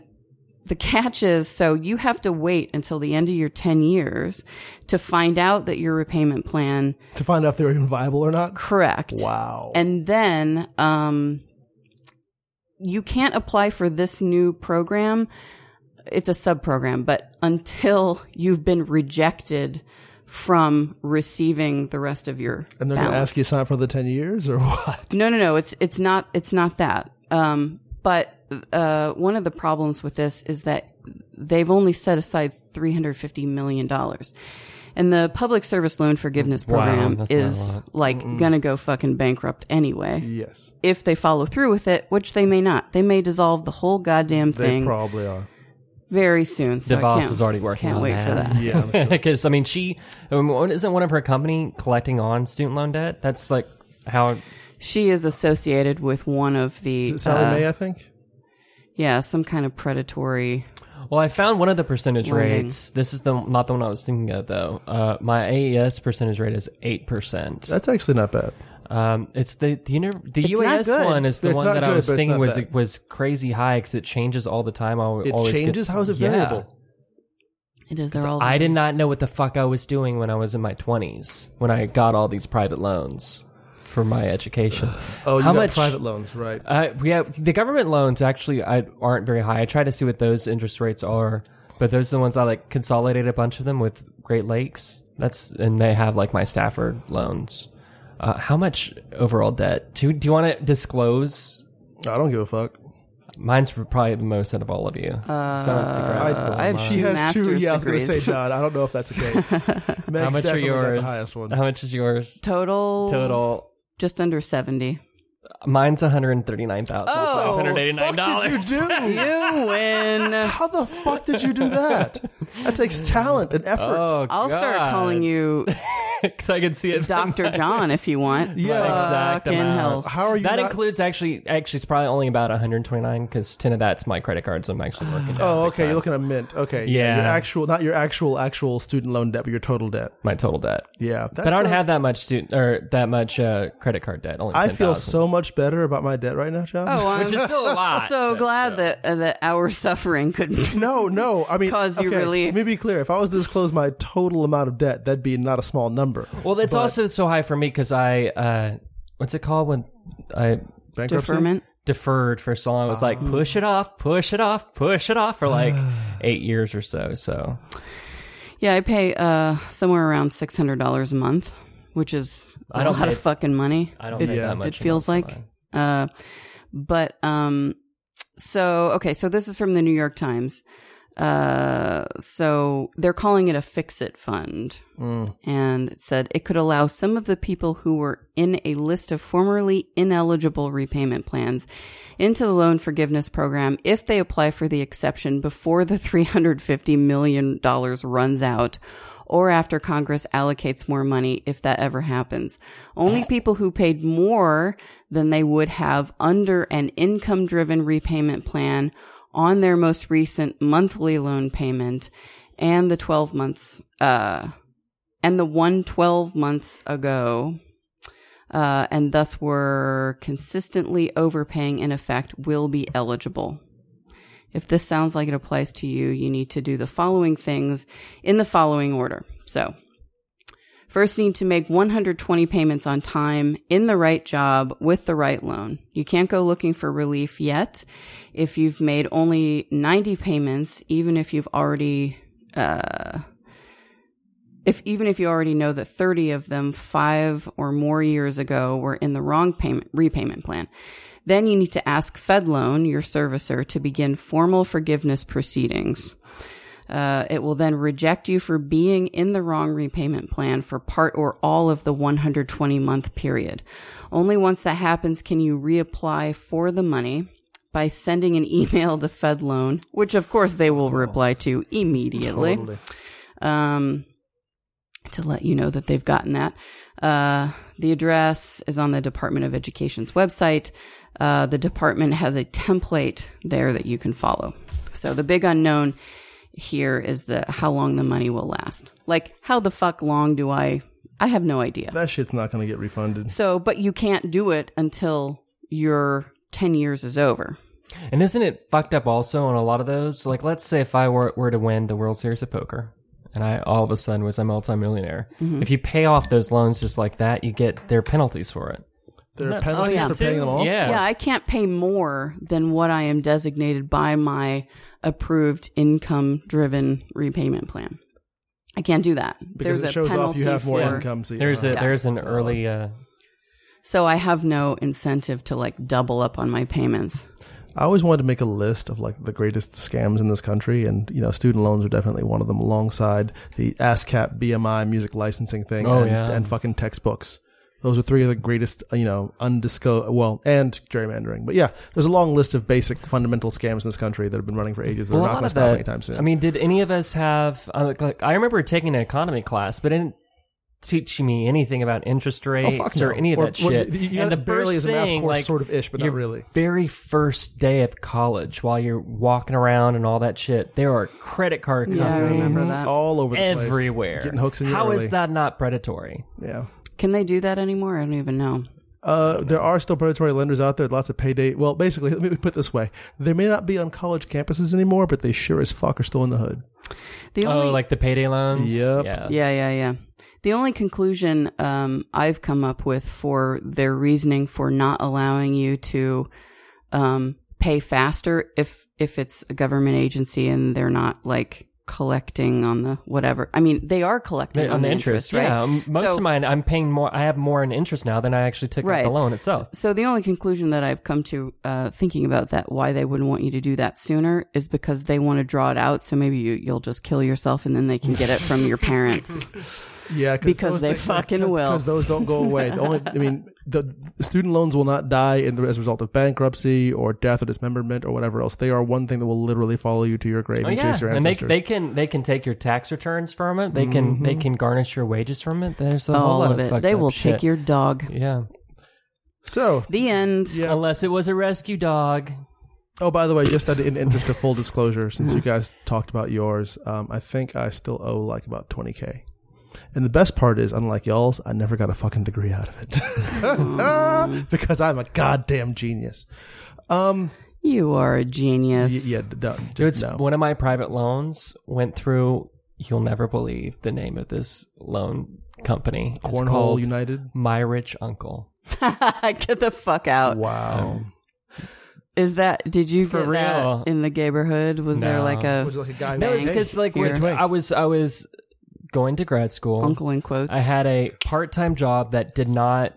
S2: the catch is so you have to wait until the end of your 10 years to find out that your repayment plan
S3: to find out if they were even viable or not.
S2: correct
S3: Wow.
S2: and then um, you can't apply for this new program. It's a sub program, but until you've been rejected from receiving the rest of your
S3: And they're going to
S2: balance.
S3: ask you to sign up for the 10 years or [LAUGHS] what?
S2: No, no, no. It's it's not it's not that. Um, but uh, one of the problems with this is that they've only set aside three hundred fifty million dollars, and the public service loan forgiveness
S1: Wow,
S2: program
S1: that's not a
S2: is
S1: lot.
S2: like gonna go fucking bankrupt anyway
S3: Yes.
S2: if they follow through with it, which they may not. They may dissolve the whole goddamn
S3: They
S2: thing
S3: probably are.
S2: very soon. So I
S1: DeVos
S2: can't-
S1: is already working
S2: Can't
S1: on
S2: wait for
S1: that.
S2: that.
S3: Yeah. I'm
S1: [LAUGHS]
S3: sure. [LAUGHS]
S1: Because I mean, she um, isn't one of her company collecting on student loan debt. That's like how
S2: She is associated with one of the
S3: Sally
S2: uh,
S3: May, I think.
S2: yeah, some kind of predatory.
S1: Well, I found one of the percentage
S2: Learning.
S1: rates. This is the not the one I was thinking of though. Uh, my AES percentage rate is eight percent.
S3: That's actually not bad.
S1: Um, it's the the, uni- the
S2: It's not
S1: UAS
S2: good.
S1: one is the
S3: It's
S1: one
S3: not
S1: that I
S3: good,
S1: was
S3: but it's
S1: thinking
S3: not
S1: was
S3: bad.
S1: was crazy high because it changes all the time. I al-
S3: It
S1: always get-
S3: changes. How is it
S1: Yeah.
S3: variable?
S2: It is. They're all
S1: I did not know what the fuck I was doing when I was in my twenties when I got all these private loans for my education.
S3: Oh, you
S1: How
S3: got
S1: much-
S3: private loans, right?
S1: Uh, we have the government loans actually I, aren't very high. I try to see what those interest rates are, but those are the ones I like consolidate a bunch of them with Great Lakes. That's and they have like my Stafford loans. Uh, how much overall debt? Do, do you want to disclose?
S3: I don't give a fuck.
S2: Uh,
S1: Mine's probably the most out of all of you. Uh, so I don't think we're
S3: I-
S1: at school.
S2: I have
S3: She
S2: two
S3: has two.
S2: master's
S3: Yeah, I was going to say,
S2: degrees. [LAUGHS]
S3: John. I don't know if that's the case. Meg's
S1: how much are
S3: definitely got
S1: yours?
S3: The highest one.
S1: How much is yours
S2: total
S1: total?
S2: just under seventy.
S1: Mine's one hundred thirty-nine thousand.
S2: Oh,
S1: one hundred eighty-nine
S3: What
S1: dollars.
S3: did you do?
S2: You win.
S3: How the fuck did you do that? That takes talent and effort.
S1: [LAUGHS] Oh,
S2: I'll
S1: [LAUGHS]
S2: start
S1: God.
S2: calling you
S1: because I can see it. from
S2: Dr.
S1: my-
S2: John if you want.
S3: Yeah.
S1: Exact
S2: Fucking
S1: amount.
S2: hell.
S3: How are
S1: [LAUGHS]
S3: you?
S1: that
S3: not-
S1: includes actually, actually, it's probably only about 129 because 10 of that's my credit cards. I'm actually working. down
S3: Oh,
S1: big
S3: okay.
S1: time.
S3: You're looking at mint. Okay.
S1: Yeah.
S3: Your actual, not your actual actual student loan debt, but your total debt.
S1: my total debt.
S3: Yeah. That's
S1: but I
S3: a-
S1: don't have that much student or that much uh, credit card debt. Only
S3: I
S1: 10,000.
S3: feel so much better about my debt right now, John.
S2: Oh, I'm
S1: which is still
S2: [LAUGHS]
S1: a lot.
S2: so glad that uh, that our [LAUGHS] suffering could.
S3: [LAUGHS] No, no. I mean,
S2: Cause you
S3: okay,
S2: relief.
S3: Let me be clear. If I was to disclose my total amount of debt, that'd be not a small number.
S1: well, that's also so high for me because I uh, what's it called when I
S2: [LAUGHS]
S3: Bankruptcy.
S2: Deferment.
S1: deferred for so long. I was
S3: Um.
S1: like, push it off, push it off, push it off for
S3: [SIGHS]
S1: like eight years or so. So
S2: Yeah, I pay uh, somewhere around six hundred dollars a month, which is
S1: I
S2: a
S1: don't
S2: lot
S1: pay-
S2: of fucking money.
S1: I don't
S2: it,
S1: pay that much
S2: It feels
S1: a month
S2: like.
S1: for mine.
S2: Uh, but um, so okay, so this is from the New York Times. Uh, so they're calling it a fix-it fund, and it said it could allow some of the people who were in a list of formerly ineligible repayment plans into the loan forgiveness program if they apply for the exception before the $350 million runs out or after Congress allocates more money if that ever happens. Only people who paid more than they would have under an income driven repayment plan on their most recent monthly loan payment and the 12 months, uh, and the one 12 months ago uh, and thus were consistently overpaying in effect will be eligible. If this sounds like it applies to you, you need to do the following things in the following order. So, first, you need to make 120 payments on time in the right job with the right loan. You can't go looking for relief yet if you've made only 90 payments, even if you've already uh, if even if you already know that 30 of them five or more years ago were in the wrong payment repayment plan then you need to ask fedloan your servicer to begin formal forgiveness proceedings uh, it will then reject you for being in the wrong repayment plan for part or all of the 120 month period only once that happens can you reapply for the money by sending an [LAUGHS] email to fedloan which of course they will reply to immediately
S3: Totally.
S2: um, to let you know that they've gotten that. Uh, the address is on the Department of Education's website. Uh, the department has a template there that you can follow. So the big unknown here is the how long the money will last. Like how the fuck long do I? I have no idea.
S3: That shit's not going to get refunded.
S2: So, but you can't do it until your ten years is over.
S1: And isn't it fucked up also on a lot of those? Like, let's say if I were, were to win the World Series of Poker and I all of a sudden was a multimillionaire, if you pay off those loans just like that, you get their penalties for it.
S3: There are penalties
S2: oh, yeah.
S3: for paying them off.
S1: Yeah.
S2: Yeah, I can't pay more than what I am designated by my approved income driven repayment plan. I can't do that.
S3: Because
S2: There's
S3: it shows
S2: a penalty
S3: off you have more
S2: for,
S3: income. So you
S1: There's a
S3: don't have-
S1: there's an early uh,
S2: So I have no incentive to like double up on my payments.
S3: I always wanted to make a list of like the greatest scams in this country, and you know, student loans are definitely one of them, alongside the ASCAP, BMI, music licensing thing,
S1: Oh,
S3: and,
S1: yeah.
S3: and fucking textbooks. Those are three of the greatest, you know, undisco well, and gerrymandering. But yeah, there's a long list of basic fundamental scams in this country that have been running for ages. They're
S1: Well, a lot
S3: not going to
S1: of
S3: stop
S1: that-
S3: anytime soon.
S1: I mean, did any of us have? Uh, like, I remember taking an economy class, but it didn't teach me anything about interest rates or
S3: Oh, no.
S1: any of
S3: Or-
S1: that
S3: well,
S1: shit.
S3: you- you got
S1: and the
S3: it barely
S1: first
S3: as a math
S1: thing,
S3: course
S1: like,
S3: sort of ish, but not
S1: your
S3: really.
S1: Very first day of college, while you're walking around and all that shit, there are credit card
S2: Yeah, I
S1: companies
S2: remember that.
S3: all over the place.
S1: everywhere.
S3: getting hooks in you.
S1: How
S3: early.
S1: is that not predatory?
S3: Yeah.
S2: Can they do that anymore? I don't even know.
S3: Uh, there are still predatory lenders out there. Lots of payday. Well, basically, [LAUGHS] let me put it this way: they may not be on college campuses anymore, but they sure as fuck are still in the hood.
S2: The
S1: Oh,
S2: only
S1: like the payday loans.
S3: Yep.
S1: Yeah.
S2: Yeah, yeah, yeah. The only conclusion um, I've come up with for their reasoning for not allowing you to um, pay faster if if it's a government agency and they're not like collecting on the whatever. I mean, they are collecting
S1: The-
S2: on, the interest, right?
S1: yeah. Um, Most
S2: So-
S1: of mine, I'm paying more. I have more in interest now than I actually took out
S2: Right.
S1: the loan itself.
S2: So the only conclusion that I've come to uh, thinking about that why they wouldn't want you to do that sooner is because they want to draw it out. So maybe you, you'll just kill yourself and then they can get it from your parents.
S3: Yeah,
S2: Because
S3: those
S2: they
S3: things-
S2: fucking will.
S3: Because those don't go away. The only, I mean, the student loans will not die in the, as a result of bankruptcy or death or dismemberment or whatever else. They are one thing that will literally follow you to your grave
S1: Oh,
S3: and
S1: yeah,
S3: chase your
S1: and they,
S3: ancestors.
S1: they can they can take your tax returns from it. They can they can garnish your wages from it. There's [LAUGHS] a whole
S2: Mm-hmm. all
S1: lot
S2: of it.
S1: fucked
S2: They
S1: up
S2: will
S1: shit.
S2: take your dog.
S1: yeah.
S3: so,
S2: The end.
S3: Yeah.
S1: Unless it was a rescue dog.
S3: oh, by the way, just out in interest of full disclosure, since you guys talked about yours, um, I think I still owe like about 20K. And the best part is, unlike y'all's, I never got a fucking degree out of it [LAUGHS] because I'm a goddamn genius. Um,
S2: You are a genius.
S3: y- yeah, d- d-
S1: Dude, it's
S3: just no.
S1: one of my private loans went through. You'll never believe the name of this loan company. It's
S3: Cornhole
S1: called
S3: United.
S1: My Rich Uncle.
S2: [LAUGHS] Get the fuck
S1: Uh,
S2: out.
S3: Wow.
S1: um,
S2: Is that? Did you
S1: For
S2: get that
S1: real.
S2: in the neighborhood? Was there
S1: No.
S2: like a
S3: was it like a guy?
S1: No,
S3: with
S1: it's
S3: a
S1: because like
S2: Here.
S1: when I was I was going to grad school.
S2: uncle in quotes?
S1: I had a part time job that did not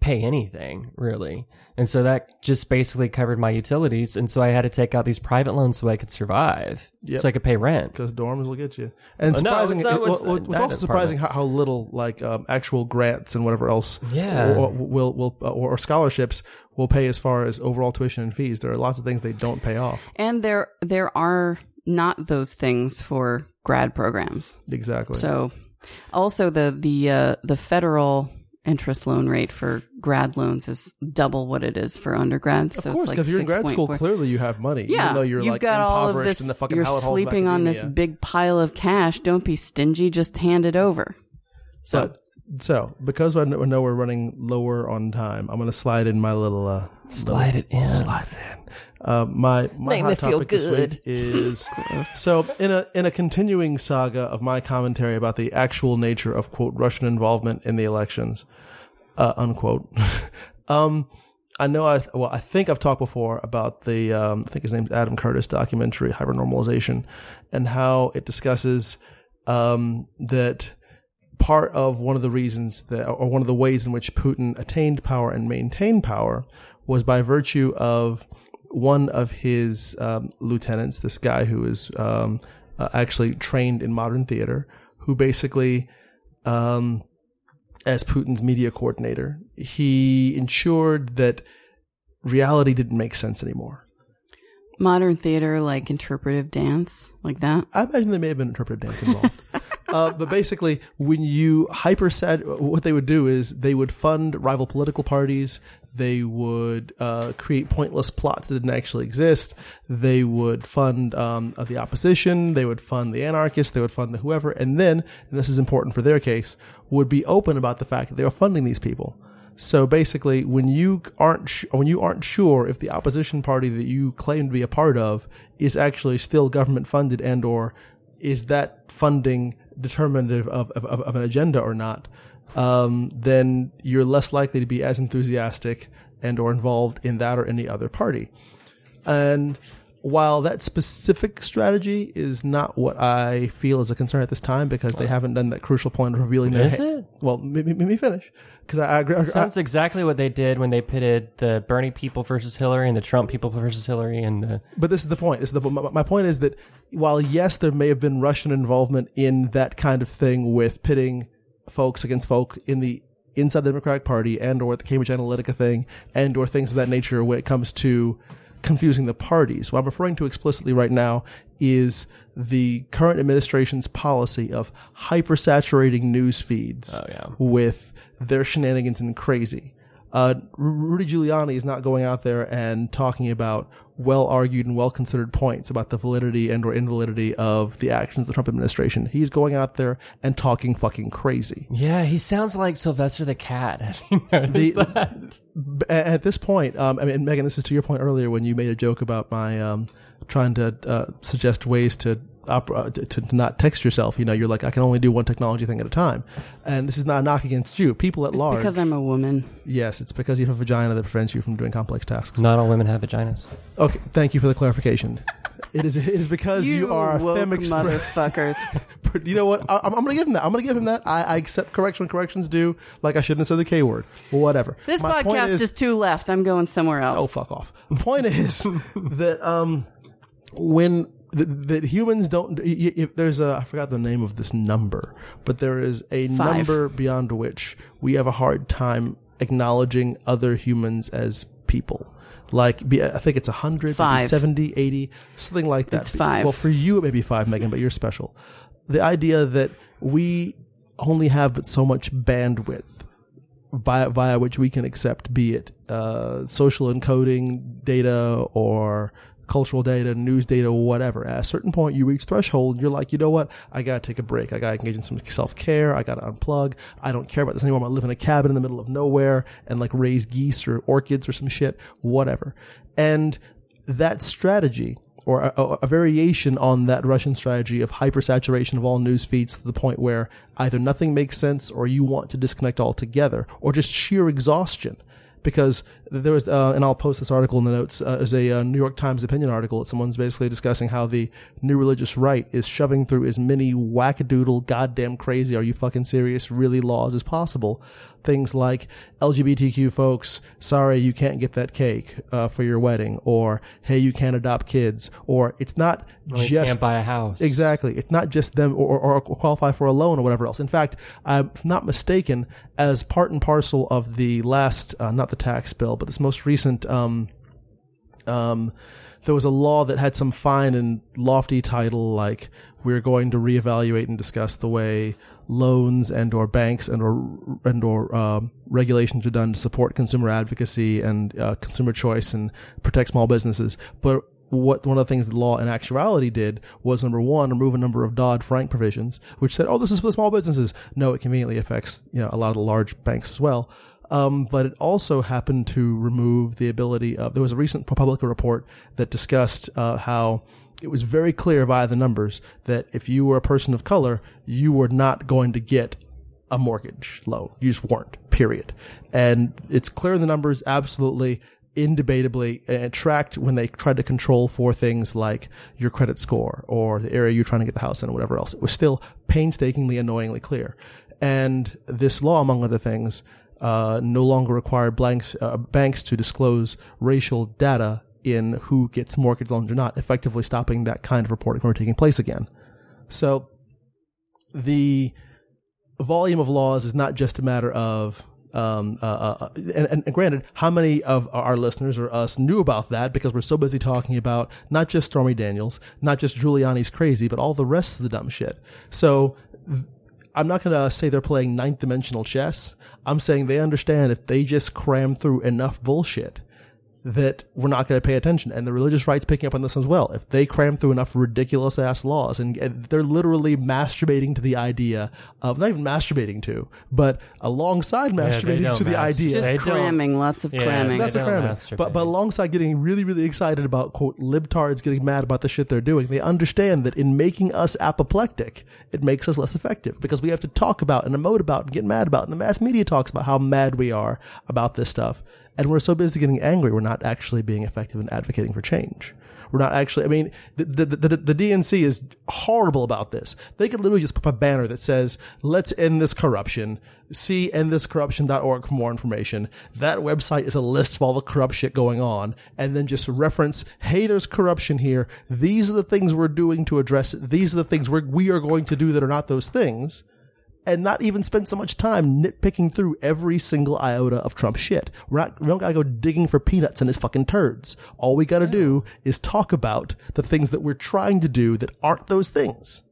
S1: pay anything really. And so that just basically covered my utilities. And so I had to take out these private loans so I could survive,
S3: Yep.
S1: so I could pay rent.
S3: because dorms will get you. And
S1: Uh, no,
S3: surprising,
S1: it's not
S3: it-
S1: what's-
S3: well, it's
S1: that
S3: also
S1: is
S3: surprising how, how little like um, actual grants and whatever else,
S1: Yeah.
S3: or, will will or, or scholarships will pay as far as overall tuition and fees. There are lots of things they don't pay off.
S2: and there there are not those things for grad programs.
S3: Exactly.
S2: So, also the the uh, the federal interest loan rate for grad loans is double what it is for undergrads.
S3: of
S2: so
S3: course,
S2: it's
S3: because
S2: like
S3: you're in grad school,
S2: 6.4.
S3: clearly you have money.
S2: yeah,
S3: even though you're
S2: have
S3: like
S2: got all
S3: impoverished
S2: of this.
S3: in the fucking
S2: you're
S3: hallowed halls of
S2: sleeping on this
S3: academia.
S2: big pile of cash. Don't be stingy. Just hand it over. So
S3: But- So because I know I know we're running lower on time, I'm going to slide in my little uh,
S1: Slide it in.
S3: slide it in. Uh, my my
S1: Make me
S3: hot
S1: feel
S3: topic this
S1: good.
S3: week
S1: [LAUGHS]
S3: is so in a in a continuing saga of my commentary about the actual nature of quote Russian involvement in the elections, uh, unquote. [LAUGHS] um, I know I well I think I've talked before about the um, I think his name's Adam Curtis documentary Hypernormalization, and how it discusses um, that part of one of the reasons that, or one of the ways in which Putin attained power and maintained power was by virtue of one of his um, lieutenants, this guy who is um, uh, actually trained in modern theater, who basically, um, as Putin's media coordinator, he ensured that reality didn't make sense anymore.
S2: modern theater, like interpretive dance, like that.
S3: I imagine they may have been interpretive dance involved. uh, but basically, when you hyper sad, what they would do is they would fund rival political parties. They would uh, create pointless plots that didn't actually exist. They would fund um, uh, the opposition. They would fund the anarchists. They would fund the whoever. And then, and this is important for their case, would be open about the fact that they were funding these people. So basically, when you aren't sh- when you aren't sure if the opposition party that you claim to be a part of is actually still government funded and or is that funding determinative of, of, of of an agenda or not, um, then you're less likely to be as enthusiastic and or involved in that or any other party. And while that specific strategy is not what I feel is a concern at this time because they haven't done that crucial point of revealing their
S1: Is
S3: ha-
S1: it?
S3: well, let me, let me finish because I, I agree. I-
S1: Sounds exactly what they did when they pitted the Bernie people versus Hillary and the Trump people versus Hillary and the
S3: but this is the point. This is the my, my point is that while yes, there may have been Russian involvement in that kind of thing with pitting folks against folk in the inside the Democratic Party and or the Cambridge Analytica thing and or things of that nature when it comes to confusing the parties. What I'm referring to explicitly right now is the current administration's policy of hypersaturating news feeds with their shenanigans and crazy uh, Ru- Rudy Giuliani is not going out there and talking about well argued and well considered points about the validity and or invalidity of the actions of the Trump administration. He's going out there and talking fucking crazy.
S1: yeah, he sounds like Sylvester the
S3: [LAUGHS]
S1: Cat. Have you noticed that?
S3: B- a- At this point, um, I mean, Megan, this is to your point earlier when you made a joke about my um, trying to uh, suggest ways to. Opera, to, to not text yourself, you know, you're like, I can only do one technology thing at a time. And this is not a knock against you. People at large.
S2: Because I'm a woman.
S3: yes, it's because you have a vagina that prevents you from doing complex tasks.
S1: Not all women have vaginas.
S3: Okay, thank you for the clarification. It is it is because you, are a
S2: woke
S3: femme express.
S2: motherfuckers.
S3: [LAUGHS] You know what? I, I'm, I'm going to give him that. I'm going to give him that. I, I accept correction when corrections do. Like I shouldn't have said the K word. Whatever.
S2: This
S3: My point
S2: podcast is, two left. I'm going somewhere
S3: oh
S2: else.
S3: fuck off. The point is that um when th- that humans don't y- y- if there's a I forgot the name of this number, but there is a
S2: Five.
S3: number beyond which we have a hard time acknowledging other humans as people. Like, be, I think it's 100, maybe
S2: Five.
S3: 70, 80, something like that.
S2: It's five.
S3: Well, for you, it may be five, Megan, but you're special. The idea that we only have but so much bandwidth via, via which we can accept, be it uh, social encoding data or cultural data, news data, whatever. At a certain point, you reach threshold. You're like, you know what? I gotta take a break. I gotta engage in some self care. I gotta unplug. I don't care about this anymore. I'm gonna live in a cabin in the middle of nowhere and like raise geese or orchids or some shit, whatever. And that strategy or a, a- a variation on that Russian strategy of hypersaturation of all news feeds to the point where either nothing makes sense or you want to disconnect altogether or just sheer exhaustion. Because there was, uh, and I'll post this article in the notes, uh, is a uh, New York Times opinion article that someone's basically discussing how the new religious right is shoving through as many wackadoodle, goddamn crazy, are you fucking serious, really laws as possible. Things like LGBTQ folks, sorry, you can't get that cake uh, for your wedding, or hey, you can't adopt kids, or it's not
S1: Or you
S3: just
S1: can't buy a house.
S3: Exactly. It's not just them or, or, or qualify for a loan or whatever else. In fact, I'm not mistaken, as part and parcel of the last, uh, not the tax bill, but this most recent, um, um, there was a law that had some fine and lofty title like we're going to reevaluate and discuss the way loans and or banks and or and or um, regulations are done to support consumer advocacy and uh, consumer choice and protect small businesses but what one of the things the law in actuality did was number one remove a number of Dodd Frank provisions, which said, "Oh, this is for the small businesses." No, it conveniently affects you know a lot of the large banks as well. Um, but it also happened to remove the ability of there was a recent ProPublica report that discussed uh, how it was very clear via the numbers that if you were a person of color, you were not going to get a mortgage loan. You just weren't, period. And it's clear in the numbers, absolutely, indebatably, and tracked when they tried to control for things like your credit score or the area you're trying to get the house in or whatever else. It was still painstakingly, annoyingly clear. And this law, among other things, uh, no longer required blanks, uh, banks to disclose racial data in who gets mortgage loans or not, effectively stopping that kind of reporting from taking place again. So the volume of laws is not just a matter of um, uh, uh, and, and- and granted, how many of our listeners or us knew about that because we're so busy talking about not just Stormy Daniels, not just Giuliani's crazy, but all the rest of the dumb shit. So th- I'm not going to say they're playing ninth dimensional chess. I'm saying they understand if they just cram through enough bullshit that we're not going to pay attention. And the religious right's picking up on this as well. If they cram through enough ridiculous ass laws and, and they're literally masturbating to the idea of not even masturbating to, but alongside masturbating
S1: don't
S3: to the
S1: mas-
S3: idea.
S1: Just They
S2: Just
S1: don't-
S2: cramming, lots of
S1: Yeah,
S2: cramming.
S1: they
S3: That's a
S1: don't
S3: cramming.
S1: masturbate.
S3: But, but alongside getting really, really excited about, quote, libtards getting mad about the shit they're doing, they understand that in making us apoplectic, it makes us less effective because we have to talk about and emote about and get mad about. And the mass media talks about how mad we are about this stuff. And we're so busy getting angry, we're not actually being effective in advocating for change. We're not actually, I mean, the, the, the, the DNC is horrible about this. They could literally just put up a banner that says, let's end this corruption. See endthiscorruption.org for more information. That website is a list of all the corrupt shit going on. And then just reference, hey, there's corruption here. These are the things we're doing to address it. These are the things we're, we are going to do that are not those things and not even spend so much time nitpicking through every single iota of Trump shit. We're not, we don't gotta go digging for peanuts in his fucking turds. All we gotta do is talk about the things that we're trying to do that aren't those things.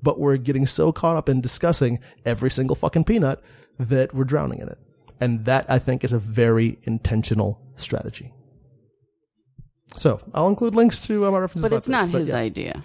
S3: But we're getting so caught up in discussing every single fucking peanut that we're drowning in it. And that I think is a very intentional strategy. So I'll include links to uh, my references.
S2: but
S3: about
S2: it's not
S3: this, but
S2: his
S3: yeah.
S2: idea.
S3: no,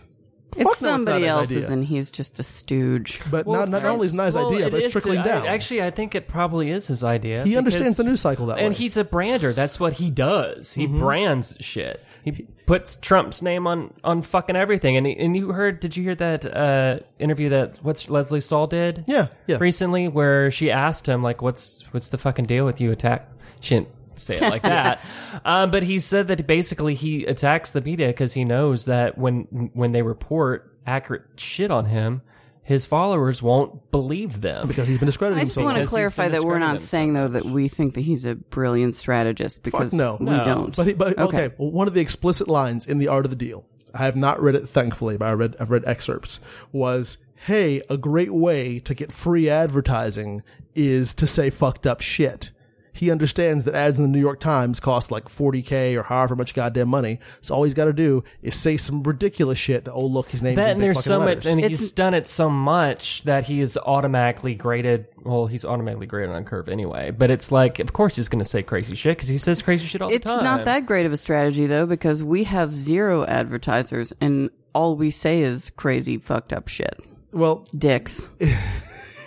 S2: It's
S3: it's not
S2: somebody
S3: his
S2: else's,
S3: idea.
S2: and he's just a stooge.
S3: But not, not only is it not his
S1: Well,
S3: idea,
S1: it
S3: but it's
S1: is-
S3: trickling
S1: I-
S3: down.
S1: actually, I think it probably is his idea.
S3: he understands
S1: because-
S3: the news cycle that way. Mm-hmm.
S1: And he's a brander. That's what he does. He brands shit. He puts Trump's name on on fucking everything. And he, and you heard? Did you hear that uh, interview that what's Leslie Stahl did?
S3: Yeah, yeah.
S1: Recently, where she asked him like, "What's what's the fucking deal with you attack?" She didn't say
S3: [LAUGHS]
S1: it like that. Um, but he said that basically he attacks the media because he knows that when when they report accurate shit on him. His followers won't believe them.
S3: because he's been discredited
S2: I just
S3: himself.
S2: want to
S1: Because he's
S2: clarify
S1: been
S2: that we're
S1: describing them
S2: not
S1: so
S2: saying though that we think that he's a brilliant strategist because
S3: no.
S2: we
S1: No.
S2: don't.
S3: But, he, but okay. well, one of the explicit lines in the Art of the Deal, I have not read it thankfully, but I read I've read excerpts. Was hey, a great way to get free advertising is to say fucked up shit. He understands that ads in the New York Times cost like 40K or however much goddamn money. So all he's got to do is say some ridiculous shit. Oh, look, his name's
S1: That
S3: in
S1: and
S3: big
S1: there's
S3: fucking
S1: so
S3: letters.
S1: much, and
S2: It's-
S1: he's done it so much that he is automatically graded. Well, he's automatically graded on curve anyway. But it's like, of course, he's going to say crazy shit because he says crazy shit all
S2: It's
S1: the time.
S2: not that great of a strategy though, because we have zero advertisers and all we say is crazy fucked up shit.
S3: well,
S2: Dicks.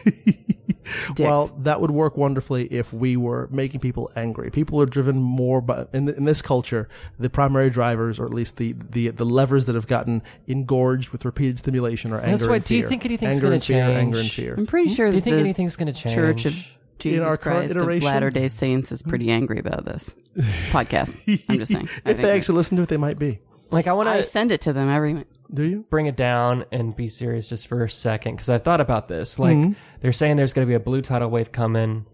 S2: Dicks.
S3: Well, that would work wonderfully if we were making people angry. People are driven more by in, in this culture. The primary drivers, or at least the, the the levers that have gotten engorged with repeated stimulation, are anger.
S1: That's why-
S3: and
S1: do you
S3: fear.
S1: think anything's
S3: anger
S1: gonna
S3: and fear, Anger and
S1: change?
S3: fear.
S2: I'm pretty sure
S1: Hmm? Do you
S2: that
S1: think
S2: the
S1: anything's going to change? Hmm?
S2: Church of Jesus
S3: our current
S2: Christ
S3: iteration?
S2: of Latter Day Saints is pretty angry about this podcast. I'm just saying. I,
S3: [LAUGHS] If they
S2: think
S3: actually listen to it, they might be.
S1: like, I want
S2: I
S1: to
S2: send it to them every. month.
S3: Do you?
S1: bring it down and be serious just for a second because I thought about this. Like
S3: Mm-hmm.
S1: they're saying there's going to be a blue tidal wave coming,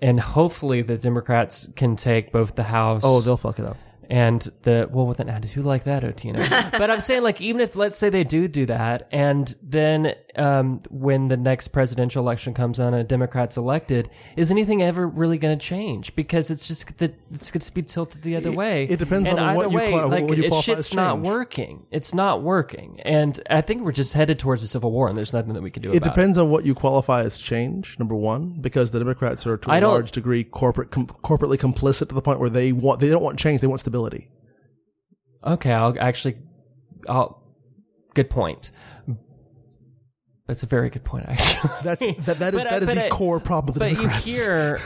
S1: and hopefully the Democrats can take both the House
S3: Oh, they'll fuck it up.
S1: and the well with an attitude like that, Otina. but I'm saying like even if let's say they do do that, and then um, when the next presidential election comes on and a Democrat's elected, is anything ever really going to change? Because it's just the, it's going to be tilted the other way.
S3: it depends
S1: And
S3: on what
S1: either
S3: you
S1: way,
S3: qual-
S1: like,
S3: what you
S1: it-
S3: qualify
S1: shit's
S3: as
S1: not
S3: change.
S1: working. It's not working, and I think we're just headed towards a civil war, and there's nothing that we can do
S3: It
S1: about
S3: depends on what you qualify as change. Number one, because the Democrats are to
S1: I
S3: a
S1: don't-
S3: large degree corporate com- corporately complicit to the point where they want they don't want change. They want stability.
S1: it. Okay, I'll actually. I'll, good point. That's a very good point, actually. [LAUGHS]
S3: That's that, that is
S1: But I-
S3: that is
S1: but
S3: the
S1: I-
S3: core problem of the
S1: but
S3: Democrats.
S1: you hear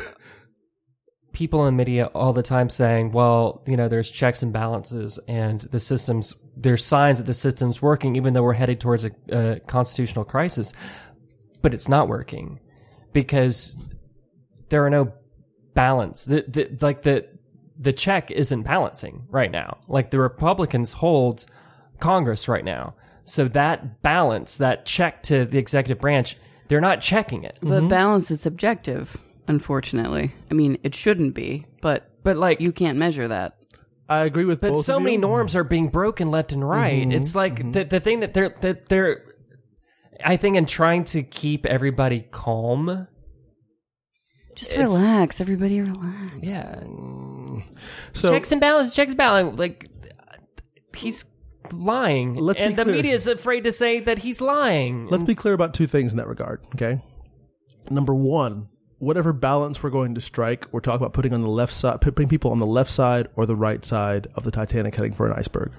S1: people in media all the time saying, "Well, you know, there's checks and balances, and the systems there's signs that the system's working, even though we're headed towards a, a constitutional crisis, but it's not working because there are no balance. The, the, like the the check isn't balancing right now. Like the Republicans hold Congress right now, so that balance, that check to the executive branch." They're not checking it.
S2: But balance is subjective, unfortunately. I mean, it shouldn't be, but
S1: But like
S2: you can't measure that.
S3: I agree with
S1: but
S3: both
S1: so
S3: of
S1: many
S3: you. Mm-hmm,
S1: norms are being broken left and right. It's like the the thing that they're that they're I think in trying to keep everybody calm.
S2: Just
S1: It's-
S2: relax, everybody. Relax.
S1: Yeah.
S3: So
S1: checks and balances, checks and balances. Like he's lying.
S3: Let's be
S1: and the
S3: clear.
S1: media is afraid to say that he's lying.
S3: let's be clear about two things in that regard, okay? Number one, whatever balance we're going to strike, we're talking about putting on the left side, putting people on the left side or the right side of the Titanic heading for an iceberg.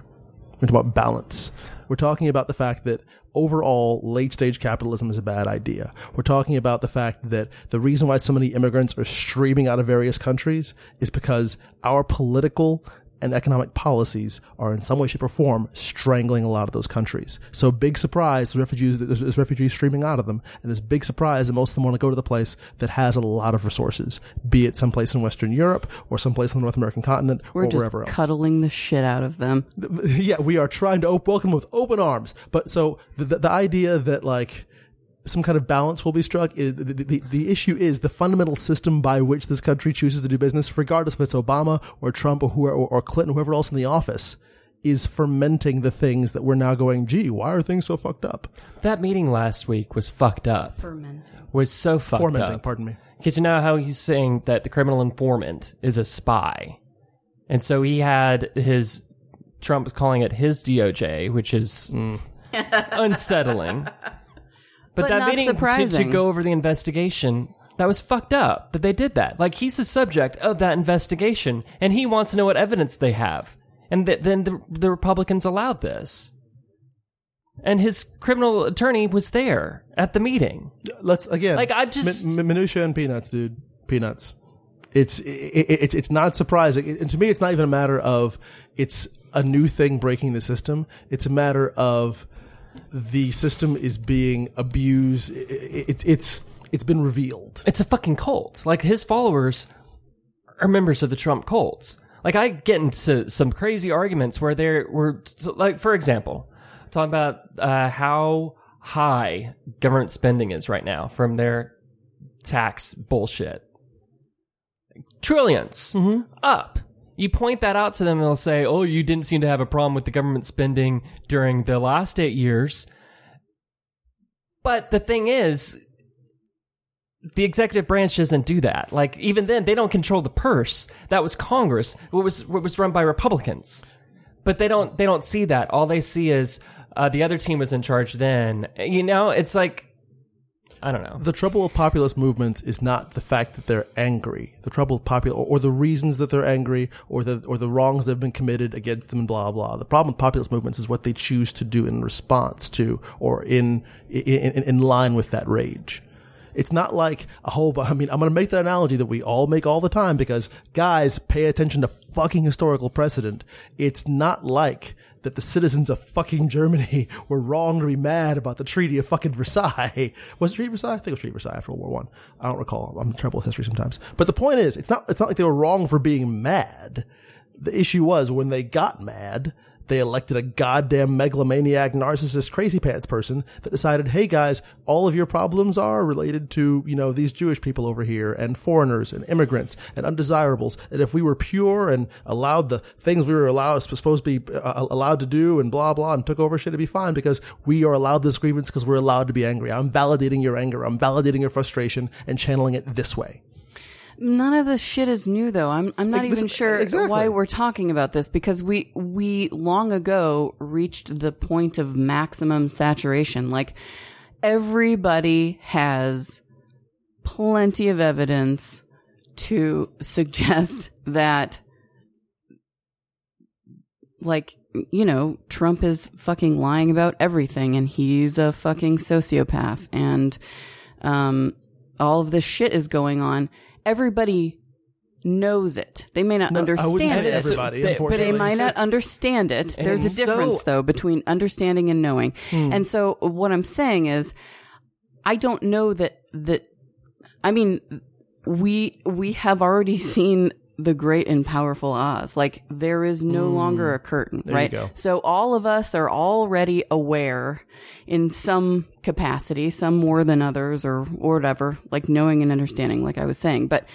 S3: We're talking about balance. We're talking about the fact that overall late stage capitalism is a bad idea. We're talking about the fact that the reason why so many immigrants are streaming out of various countries is because our political and economic policies are in some way, shape, or form strangling a lot of those countries. So big surprise, there's refugees, there's, there's refugees streaming out of them. And this big surprise that most of them want to go to the place that has a lot of resources, be it someplace in Western Europe or someplace on the North American continent
S2: We're
S3: or
S2: just
S3: wherever else
S2: cuddling the shit out of them.
S3: [LAUGHS] yeah, we are trying to op- welcome with open arms. But so the, the, the idea that like some kind of balance will be struck is the, the, the issue is the fundamental system by which this country chooses to do business, regardless if it's Obama or Trump or whoever, or Clinton, whoever else in the office. Is fermenting the things that we're now going. Gee, why are things so fucked up?
S1: that meeting last week was fucked up. Was so fucked
S3: Fermenting,
S1: up.
S3: pardon me.
S1: Because you know how he's saying that the criminal informant is a spy. And so he had his, Trump was calling it his DOJ, which is mm,
S2: [LAUGHS]
S1: unsettling. But, that
S2: not
S1: meeting to- To,
S2: surprising.
S1: go over the investigation, that was fucked up that they did that. Like he's the subject of that investigation and he wants to know what evidence they have. And th- then the, the Republicans allowed this. And his criminal attorney was there at the meeting.
S3: Let's again.
S1: Like, I just-
S3: min- min- minutia and peanuts, dude. Peanuts. It's it, it, it's it's not surprising, It- and to me, it's not even a matter of it's a new thing breaking the system. It's a matter of the system is being abused. It, it, it's it's it's been revealed.
S1: it's a fucking cult. Like his followers are members of the Trump cults. Like I get into some crazy arguments where there were like, for example, talking about uh, how high government spending is right now from their tax bullshit. 1000000000000s up. You point that out to them, and they'll say, "Oh, you didn't seem to have a problem with the government spending during the last eight years." But the thing is, the executive branch doesn't do that. Like even then, they don't control the purse. That was Congress. What was what was run by Republicans. But they don't they don't see that. All they see is uh, the other team was in charge then. You know, it's like I don't know.
S3: The trouble with populist movements is not the fact that they're angry. The trouble with popular, or the reasons that they're angry, or the or the wrongs that have been committed against them, and blah blah. The problem with populist movements is what they choose to do in response to, or in in, in, in line with that rage. It's not like a whole. bu- I mean, I'm going to make that analogy that we all make all the time because guys, pay attention to fucking historical precedent. It's not like that the citizens of fucking Germany [LAUGHS] were wrong to be mad about the Treaty of fucking Versailles. [LAUGHS] Was it Treaty of Versailles? I think it was Treaty of Versailles after World War One. I. I don't recall. I'm terrible at history sometimes. But the point is, it's not. It's not like they were wrong for being mad. The issue was when they got mad, they elected a goddamn megalomaniac, narcissist, crazy pants person that decided, hey guys, all of your problems are related to, you know, these Jewish people over here and foreigners and immigrants and undesirables. And if we were pure and allowed the things we were allowed, supposed to be uh, allowed to do and blah, blah, and took over shit, it'd be fine because we are allowed this grievance because we're allowed to be angry. I'm validating your anger. I'm validating your frustration and channeling it this way.
S2: None of this shit is new though. I'm I'm not
S3: Like,
S2: even
S3: this-
S2: sure
S3: exactly.
S2: why we're talking about this because we we long ago reached the point of maximum saturation. Like everybody has plenty of evidence to [LAUGHS] suggest that like you know Trump is fucking lying about everything and he's a fucking sociopath and um all of this shit is going on everybody knows it they may not understand
S1: say
S2: it
S3: everybody,
S1: But- but
S2: but
S3: unfortunately.
S2: they might not understand it. There's a
S1: so-
S2: difference though between understanding and knowing.
S3: Hmm.
S2: And so what I'm saying is I don't know that that I mean we we have already [LAUGHS] seen the great and powerful Oz. Like there is no longer a curtain, right?
S3: Hmm. go.
S2: So all of us are already aware in some capacity, some more than others or or whatever, like knowing and understanding like I was saying. But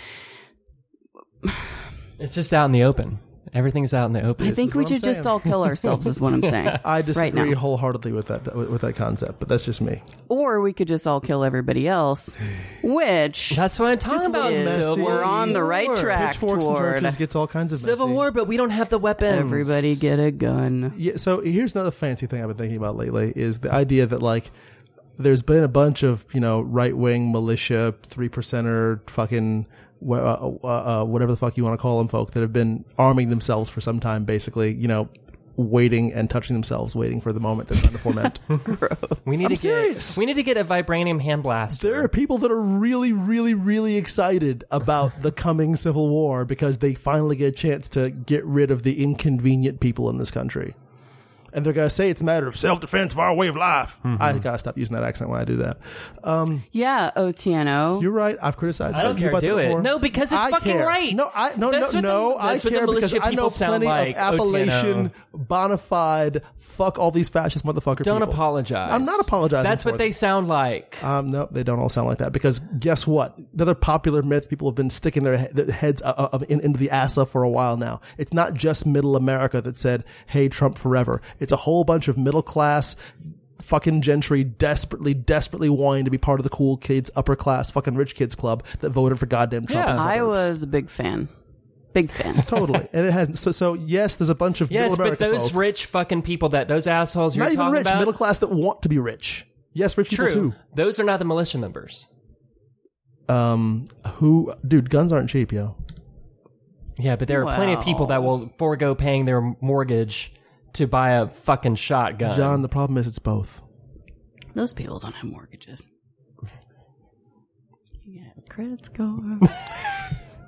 S1: It's just out in the open. Everything's out in the open.
S2: I think we
S3: what I'm
S2: should just
S3: saying.
S2: all kill ourselves is what I'm saying.
S3: [LAUGHS] I disagree
S2: now.
S3: wholeheartedly with that with that concept, but that's just me.
S2: or we could just all kill everybody
S3: [LAUGHS]
S2: else, which
S1: That's what I'm talking about.
S2: is-
S1: Civil
S2: we're on the right
S1: War.
S2: track
S3: Pitchforks and
S2: toward
S3: torches gets all kinds of
S1: Civil
S3: messy.
S1: War, but we don't have the weapons.
S2: everybody get a gun.
S3: Yeah, so here's another fancy thing I've been thinking about lately is the idea that like there's been a bunch of you know right wing militia three percenter fucking wha- uh, uh, uh, whatever the fuck you want to call them folk that have been arming themselves for some time basically you know waiting and touching themselves waiting for the moment they're trying to [LAUGHS] foment
S1: We need
S3: I'm
S1: to
S3: serious.
S1: get. We need to get a vibranium hand blaster.
S3: there are people that are really really really excited about the coming civil war because they finally get a chance to get rid of the inconvenient people in this country and they're gonna say it's a matter of self-defense of our way of life i gotta stop using that accent when i do that
S2: Yeah, Otieno.
S3: You're right. I've criticized.
S1: I don't
S3: you
S1: care,
S3: about that
S1: do it.
S3: before.
S1: No, because it's
S3: I
S1: fucking
S3: care.
S1: right.
S3: No, I no
S1: That's
S3: no
S1: what the-
S3: no. I
S1: that's what the
S3: care because
S1: militia
S3: I know
S1: people sound
S3: plenty
S1: like,
S3: of Appalachian bona fide fuck all these fascist motherfucker.
S1: Don't
S3: people.
S1: apologize.
S3: I'm not apologizing
S1: That's
S3: for
S1: what they
S3: it.
S1: sound like.
S3: Um, no, they don't all sound like that because guess what? Another popular myth people have been sticking their, he- their heads uh, uh, in, into the ASA for a while now. It's not just middle America that said, hey, Trump forever. It's a whole bunch of middle class fucking gentry desperately, desperately wanting to be part of the cool kids, upper class fucking rich kids club that voted for goddamn Trump.
S1: Yeah.
S3: in
S1: [LAUGHS]
S3: the
S2: I
S3: suburbs.
S2: was a big fan. Big
S3: [LAUGHS]
S2: fan.
S3: Totally. And it has, so, so yes, there's a bunch of
S1: yes,
S3: middle
S1: but
S3: America
S1: those
S3: folk,
S1: rich fucking people that those assholes you're
S3: not even
S1: talking
S3: rich,
S1: about.
S3: middle class that want to be rich. Yes, rich
S1: true.
S3: people too.
S1: Those are not the militia members.
S3: Who, dude, guns aren't cheap, yo.
S1: Yeah, but there are plenty of people that will forego paying their mortgage to buy a fucking shotgun.
S3: John, the problem is it's both.
S2: Those people don't have mortgages. Yeah, credit score.
S3: [LAUGHS]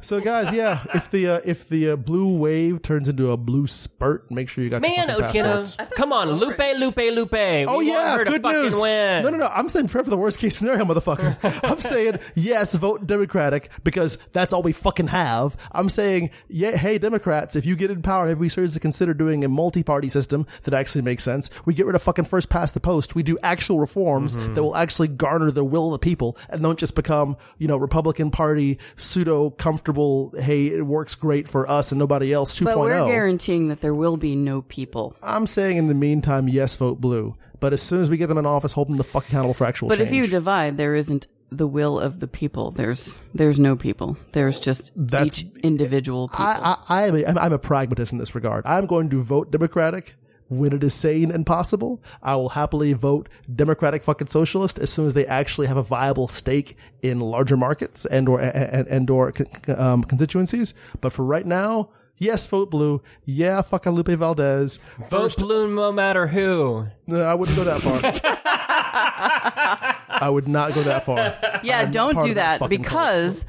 S3: So guys, yeah, if the uh, if the uh, blue wave turns into a blue spurt, make sure you got
S1: Man,
S3: your fucking passports.
S1: Otieno, come on, Lupe, Lupe, Lupe. We
S3: Oh
S1: want
S3: yeah,
S1: her to
S3: good
S1: fucking
S3: news.
S1: Win.
S3: No, no, no. I'm saying prepare for the worst case scenario, [LAUGHS] motherfucker. I'm saying yes, vote Democratic because that's all we fucking have. I'm saying yeah, hey Democrats, if you get in power, maybe we seriously consider doing a multi-party system that actually makes sense. We get rid of fucking first past the post. We do actual reforms that will actually garner the will of the people and don't just become you know Republican Party pseudo comfortable. Hey, it works great for us and nobody else. 2.0.
S2: But we're guaranteeing that there will be no people.
S3: I'm saying in the meantime, yes, vote blue. But as soon as we get them in office, hold them the fuck accountable for actual
S2: But
S3: change.
S2: if you divide, there isn't the will of the people. There's there's no people. There's just
S3: That's-
S2: each individual people.
S3: I, I, I am a, I'm a pragmatist in this regard. I'm going to vote Democratic when it is sane and possible. I will happily vote Democratic fucking socialist as soon as they actually have a viable stake in larger markets and or and, and or con- um, constituencies. But for right now, yes, vote blue. Yeah, fuck Lupe Valdez.
S1: Vote blue no matter who.
S3: No, I wouldn't go that far. I would not go that far.
S2: yeah,
S3: I'm
S2: don't
S3: part
S2: do
S3: of that
S2: that,
S3: fucking
S2: because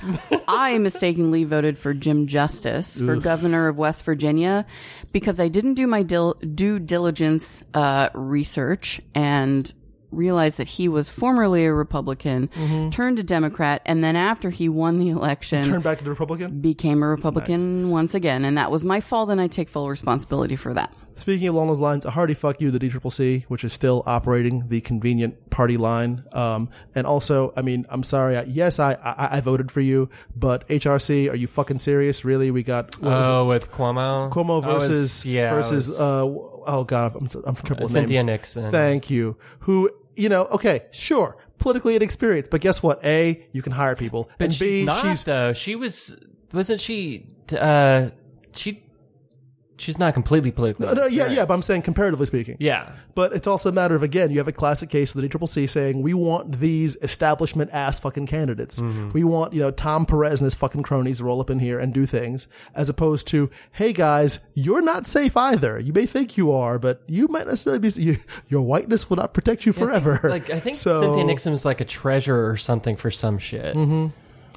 S2: I mistakenly voted for Jim Justice for governor of West Virginia because I didn't do my dil- due diligence uh, research and realized that he was formerly a Republican,
S1: Mm-hmm.
S2: turned a Democrat, and then after he won the election,
S3: Turn back to the Republican.
S2: became a Republican once again, and that was my fault, and I take full responsibility for that.
S3: Speaking along those lines, a hearty fuck you, the DCCC, which is still operating the convenient party line. Um, and also, I mean, I'm sorry. I, yes, I, I I voted for you, but HRC, are you fucking serious? Really? We got what was it?
S1: Oh, with Cuomo.
S3: Cuomo
S1: I was-
S3: versus
S1: yeah, I
S3: versus
S1: was-
S3: uh oh god, I'm so- I'm terrible with
S1: Cynthia
S3: names.
S1: Nixon.
S3: Thank you. Who you know? Okay, sure, politically inexperienced, but guess what? A, you can hire people,
S1: but
S3: and
S1: she's
S3: B,
S1: not
S3: she's
S1: though. She was wasn't she? Uh, she she's not completely politically.
S3: no, yeah, yeah. But I'm saying comparatively speaking,
S1: yeah.
S3: But it's also a matter of again, you have a classic case of the DCCC saying we want these establishment ass fucking candidates. We want you know Tom Perez and his fucking cronies to roll up in here and do things, as opposed to hey guys, you're not safe either. You may think you are, but you might necessarily be. [LAUGHS] You, your whiteness will not protect you forever.
S1: Like I think
S3: so.
S1: Cynthia Nixon was like a treasure or something for some shit.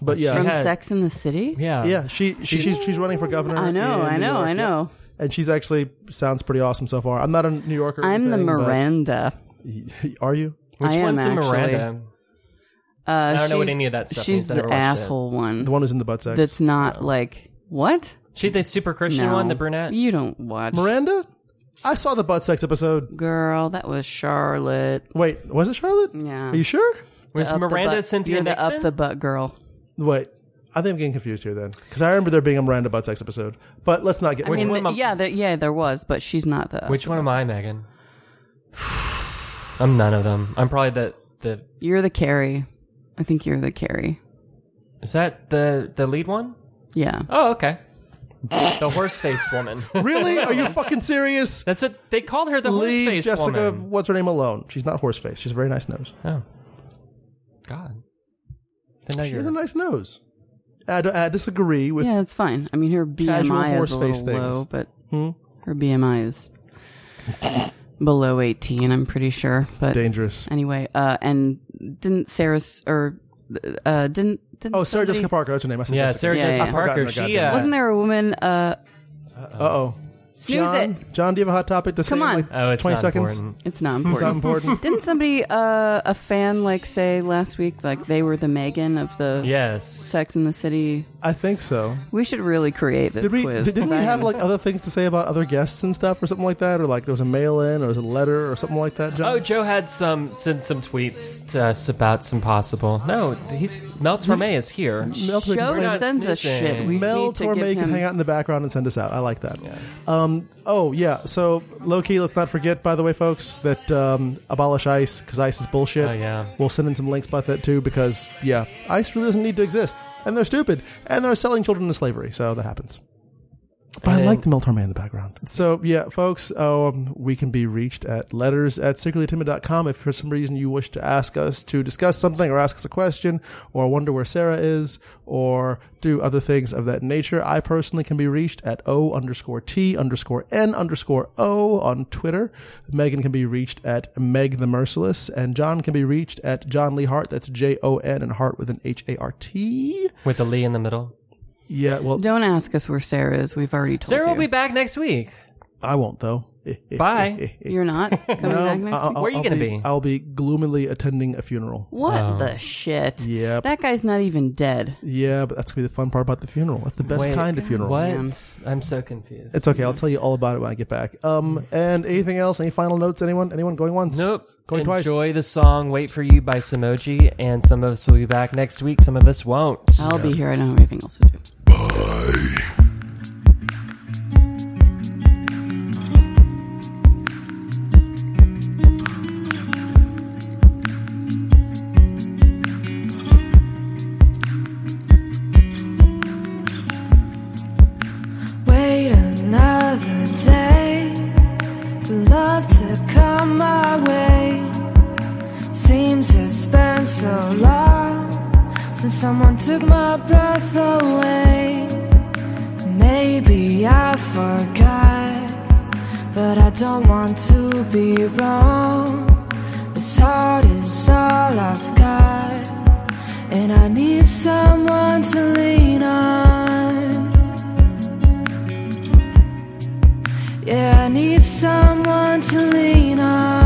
S3: but yeah,
S2: From
S1: had-
S2: Sex in the City?
S1: Yeah.
S3: yeah, she, she she's she's running for governor.
S2: I know,
S3: in
S2: I
S3: New
S2: know,
S3: York.
S2: I
S3: Yep.
S2: know.
S3: And she's actually sounds pretty awesome so far. I'm not a New Yorker. or
S2: I'm the
S3: anything, but-
S2: Miranda.
S3: [LAUGHS] Are you?
S1: Which
S2: I am
S1: one's the
S2: actually.
S1: Miranda?
S2: Uh,
S1: I don't know what
S2: she's-
S1: any of that stuff
S2: She's
S1: means. I never
S2: the
S1: watched it.
S2: asshole one
S3: The one who's in the butt sex.
S2: that's not like what?
S1: She the super Christian
S2: No,
S1: one, the brunette.
S2: You don't watch
S3: Miranda? I saw the butt sex episode.
S2: girl. That was Charlotte.
S3: Wait, was it Charlotte?
S2: Yeah.
S3: Are you sure?
S1: Was
S2: Up the
S1: Miranda
S2: butt-
S1: Cynthia
S2: you're the
S1: Nixon?
S2: up the butt girl.
S3: Wait. I think I'm getting confused here then. Because I remember there being a Miranda butt sex episode. But let's not get
S2: I mean,
S1: one
S2: the-
S1: am I-
S2: yeah, the, yeah, there was, but she's not the.
S1: Which one am I, Megan? I'm none of them. I'm probably the the
S2: You're the Carrie. I think you're the Carrie.
S1: is that the the lead one?
S2: Yeah.
S1: Oh, okay. the horse faced
S3: [LAUGHS]
S1: woman.
S3: [LAUGHS] Really?
S2: [LAUGHS]
S3: Are you fucking serious?
S1: That's what they called her the horse
S3: Leave
S1: faced
S3: Jessica,
S1: woman.
S3: what's her name, alone. She's not horse face. She's a very nice nose.
S1: Oh. God. Then now
S3: She has
S1: you're
S3: a nice nose. I, don't- I disagree with.
S2: yeah, it's fine. I mean, her BMI is
S3: horse
S2: a
S3: face
S2: little
S3: things.
S2: low, but her BMI is below 18. I'm pretty sure. But
S3: Dangerous.
S2: anyway, uh, and didn't Sarah s- or uh, didn't, didn't
S3: Oh, Sarah
S2: somebody-
S3: Jessica Parker. That's her name. I said
S1: Yeah, Sarah
S2: Yeah,
S1: Jessica
S2: yeah.
S1: Parker.
S3: I've forgotten her
S1: She
S3: goddamn
S1: uh,
S2: Wasn't there a woman? Uh,
S3: Uh oh. John, John, do you have a hot topic to say? in
S2: on.
S3: Like
S1: Oh, it's
S3: 20
S1: not
S3: seconds.
S1: important.
S2: it's not
S3: It's not
S2: important. [LAUGHS]
S3: important.
S2: Didn't somebody, uh, a fan, like say last week, like they were the Megan of the
S1: Yes.
S2: Sex in the City?
S3: I think so.
S2: We should really create this
S3: Did we,
S2: quiz.
S3: did, didn't
S2: 'cause
S3: we
S2: I
S3: have
S2: am-
S3: like other things to say about other guests and stuff or something like that? Or like there was a mail in or was a letter or something like that, John?
S1: Oh, Joe had some sent some tweets to us about some possible. No, he's Mel Torme is here.
S3: Mel Torme,
S2: Joe
S3: can hang-
S1: not
S2: sends us
S1: snoozing.
S2: shit. Oh, We
S3: Mel
S2: need to give
S3: Torme can
S2: him-
S3: hang out in the background and send us out. I like that. Um, oh, yeah. So, low key, let's not forget, by the way, folks, that um, abolish ICE because ICE is bullshit.
S1: Oh, yeah.
S3: We'll send in some links about that too because, yeah, ICE really doesn't need to exist. And they're stupid. And they're selling children to slavery. So that happens. But I
S1: And-
S3: like the Mel Torme in the background. So, yeah, folks, um, we can be reached at letters at secretlytimid.com if for some reason you wish to ask us to discuss something or ask us a question or wonder where Sarah is or do other things of that nature. I personally can be reached at O underscore T underscore N underscore O on Twitter. Megan can be reached at Meg the Merciless and John can be reached at John Lee Hart. That's J O N and Hart with an H A R T.
S1: With the Lee in the middle.
S3: Yeah, well,
S2: Don't ask us where Sarah is. We've already told
S1: Sarah will be
S2: you.
S1: back next week.
S3: I won't though. [LAUGHS]
S1: Bye. [LAUGHS]
S2: You're not coming back next
S3: I'll-
S2: week.
S3: I'll-
S1: Where are you
S3: I'll
S1: gonna be?
S3: I'll be gloomily attending a funeral.
S2: What
S1: Oh.
S2: the shit?
S3: Yep.
S2: That guy's not even dead.
S3: Yeah, but that's gonna be the fun part about the funeral. That's the best
S1: Wait,
S3: kind of funeral.
S1: What?
S2: Man.
S1: I'm so confused.
S3: It's okay. I'll tell you all about it when I get back. Um, and anything else? Any final notes? Anyone? Anyone going once?
S1: nope.
S3: Going
S1: Enjoy
S3: twice.
S1: the song "Wait for You" by Samoji, and some of us will be back next week. Some of us won't.
S2: I'll be here. I don't have anything else to do.
S4: took my breath away. Maybe I forgot, but I don't want to be wrong. This heart is all I've got, and I need someone to lean on. Yeah, I need someone to lean on.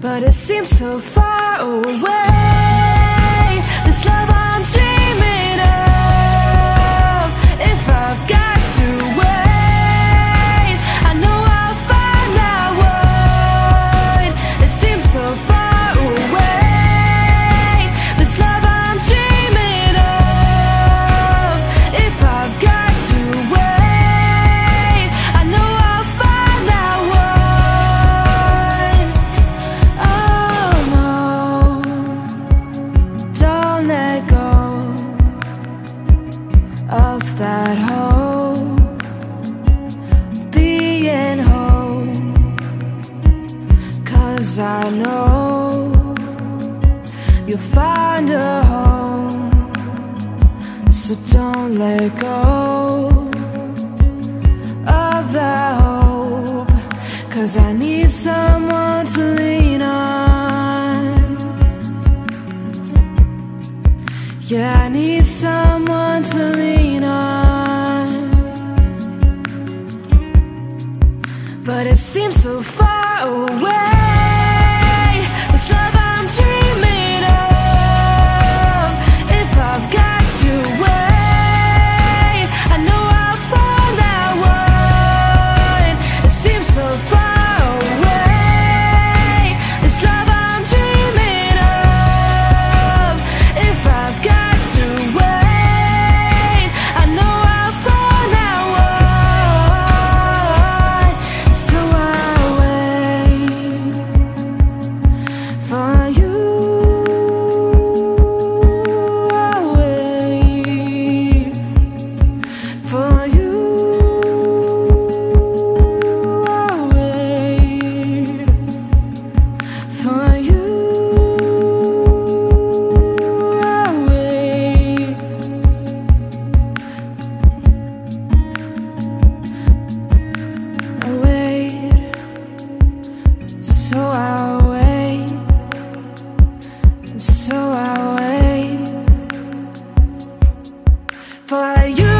S4: but it seems so far away. This love I'm dreaming of. If I've got to wait, I know I'll find my way. It seems so far away. This love I'm dreaming of. If I've got to wait, I know I'll find my way. Oh no, don't let go of that hope, being whole. 'Cause I know you'll find a home, so don't let go of that hope. Cause I need someone to lean on. Yeah, I need someone to lean on. But it seems so far away. This love I'm dreaming of. If I've got to wait, I know I'll find that one. It seems so far away. This love I'm dreaming of. If I've got to wait, I know I'll find that one. So I wait for you. I wait for you. I wait for you. I wait. I wait, so I wait, so I wait for you.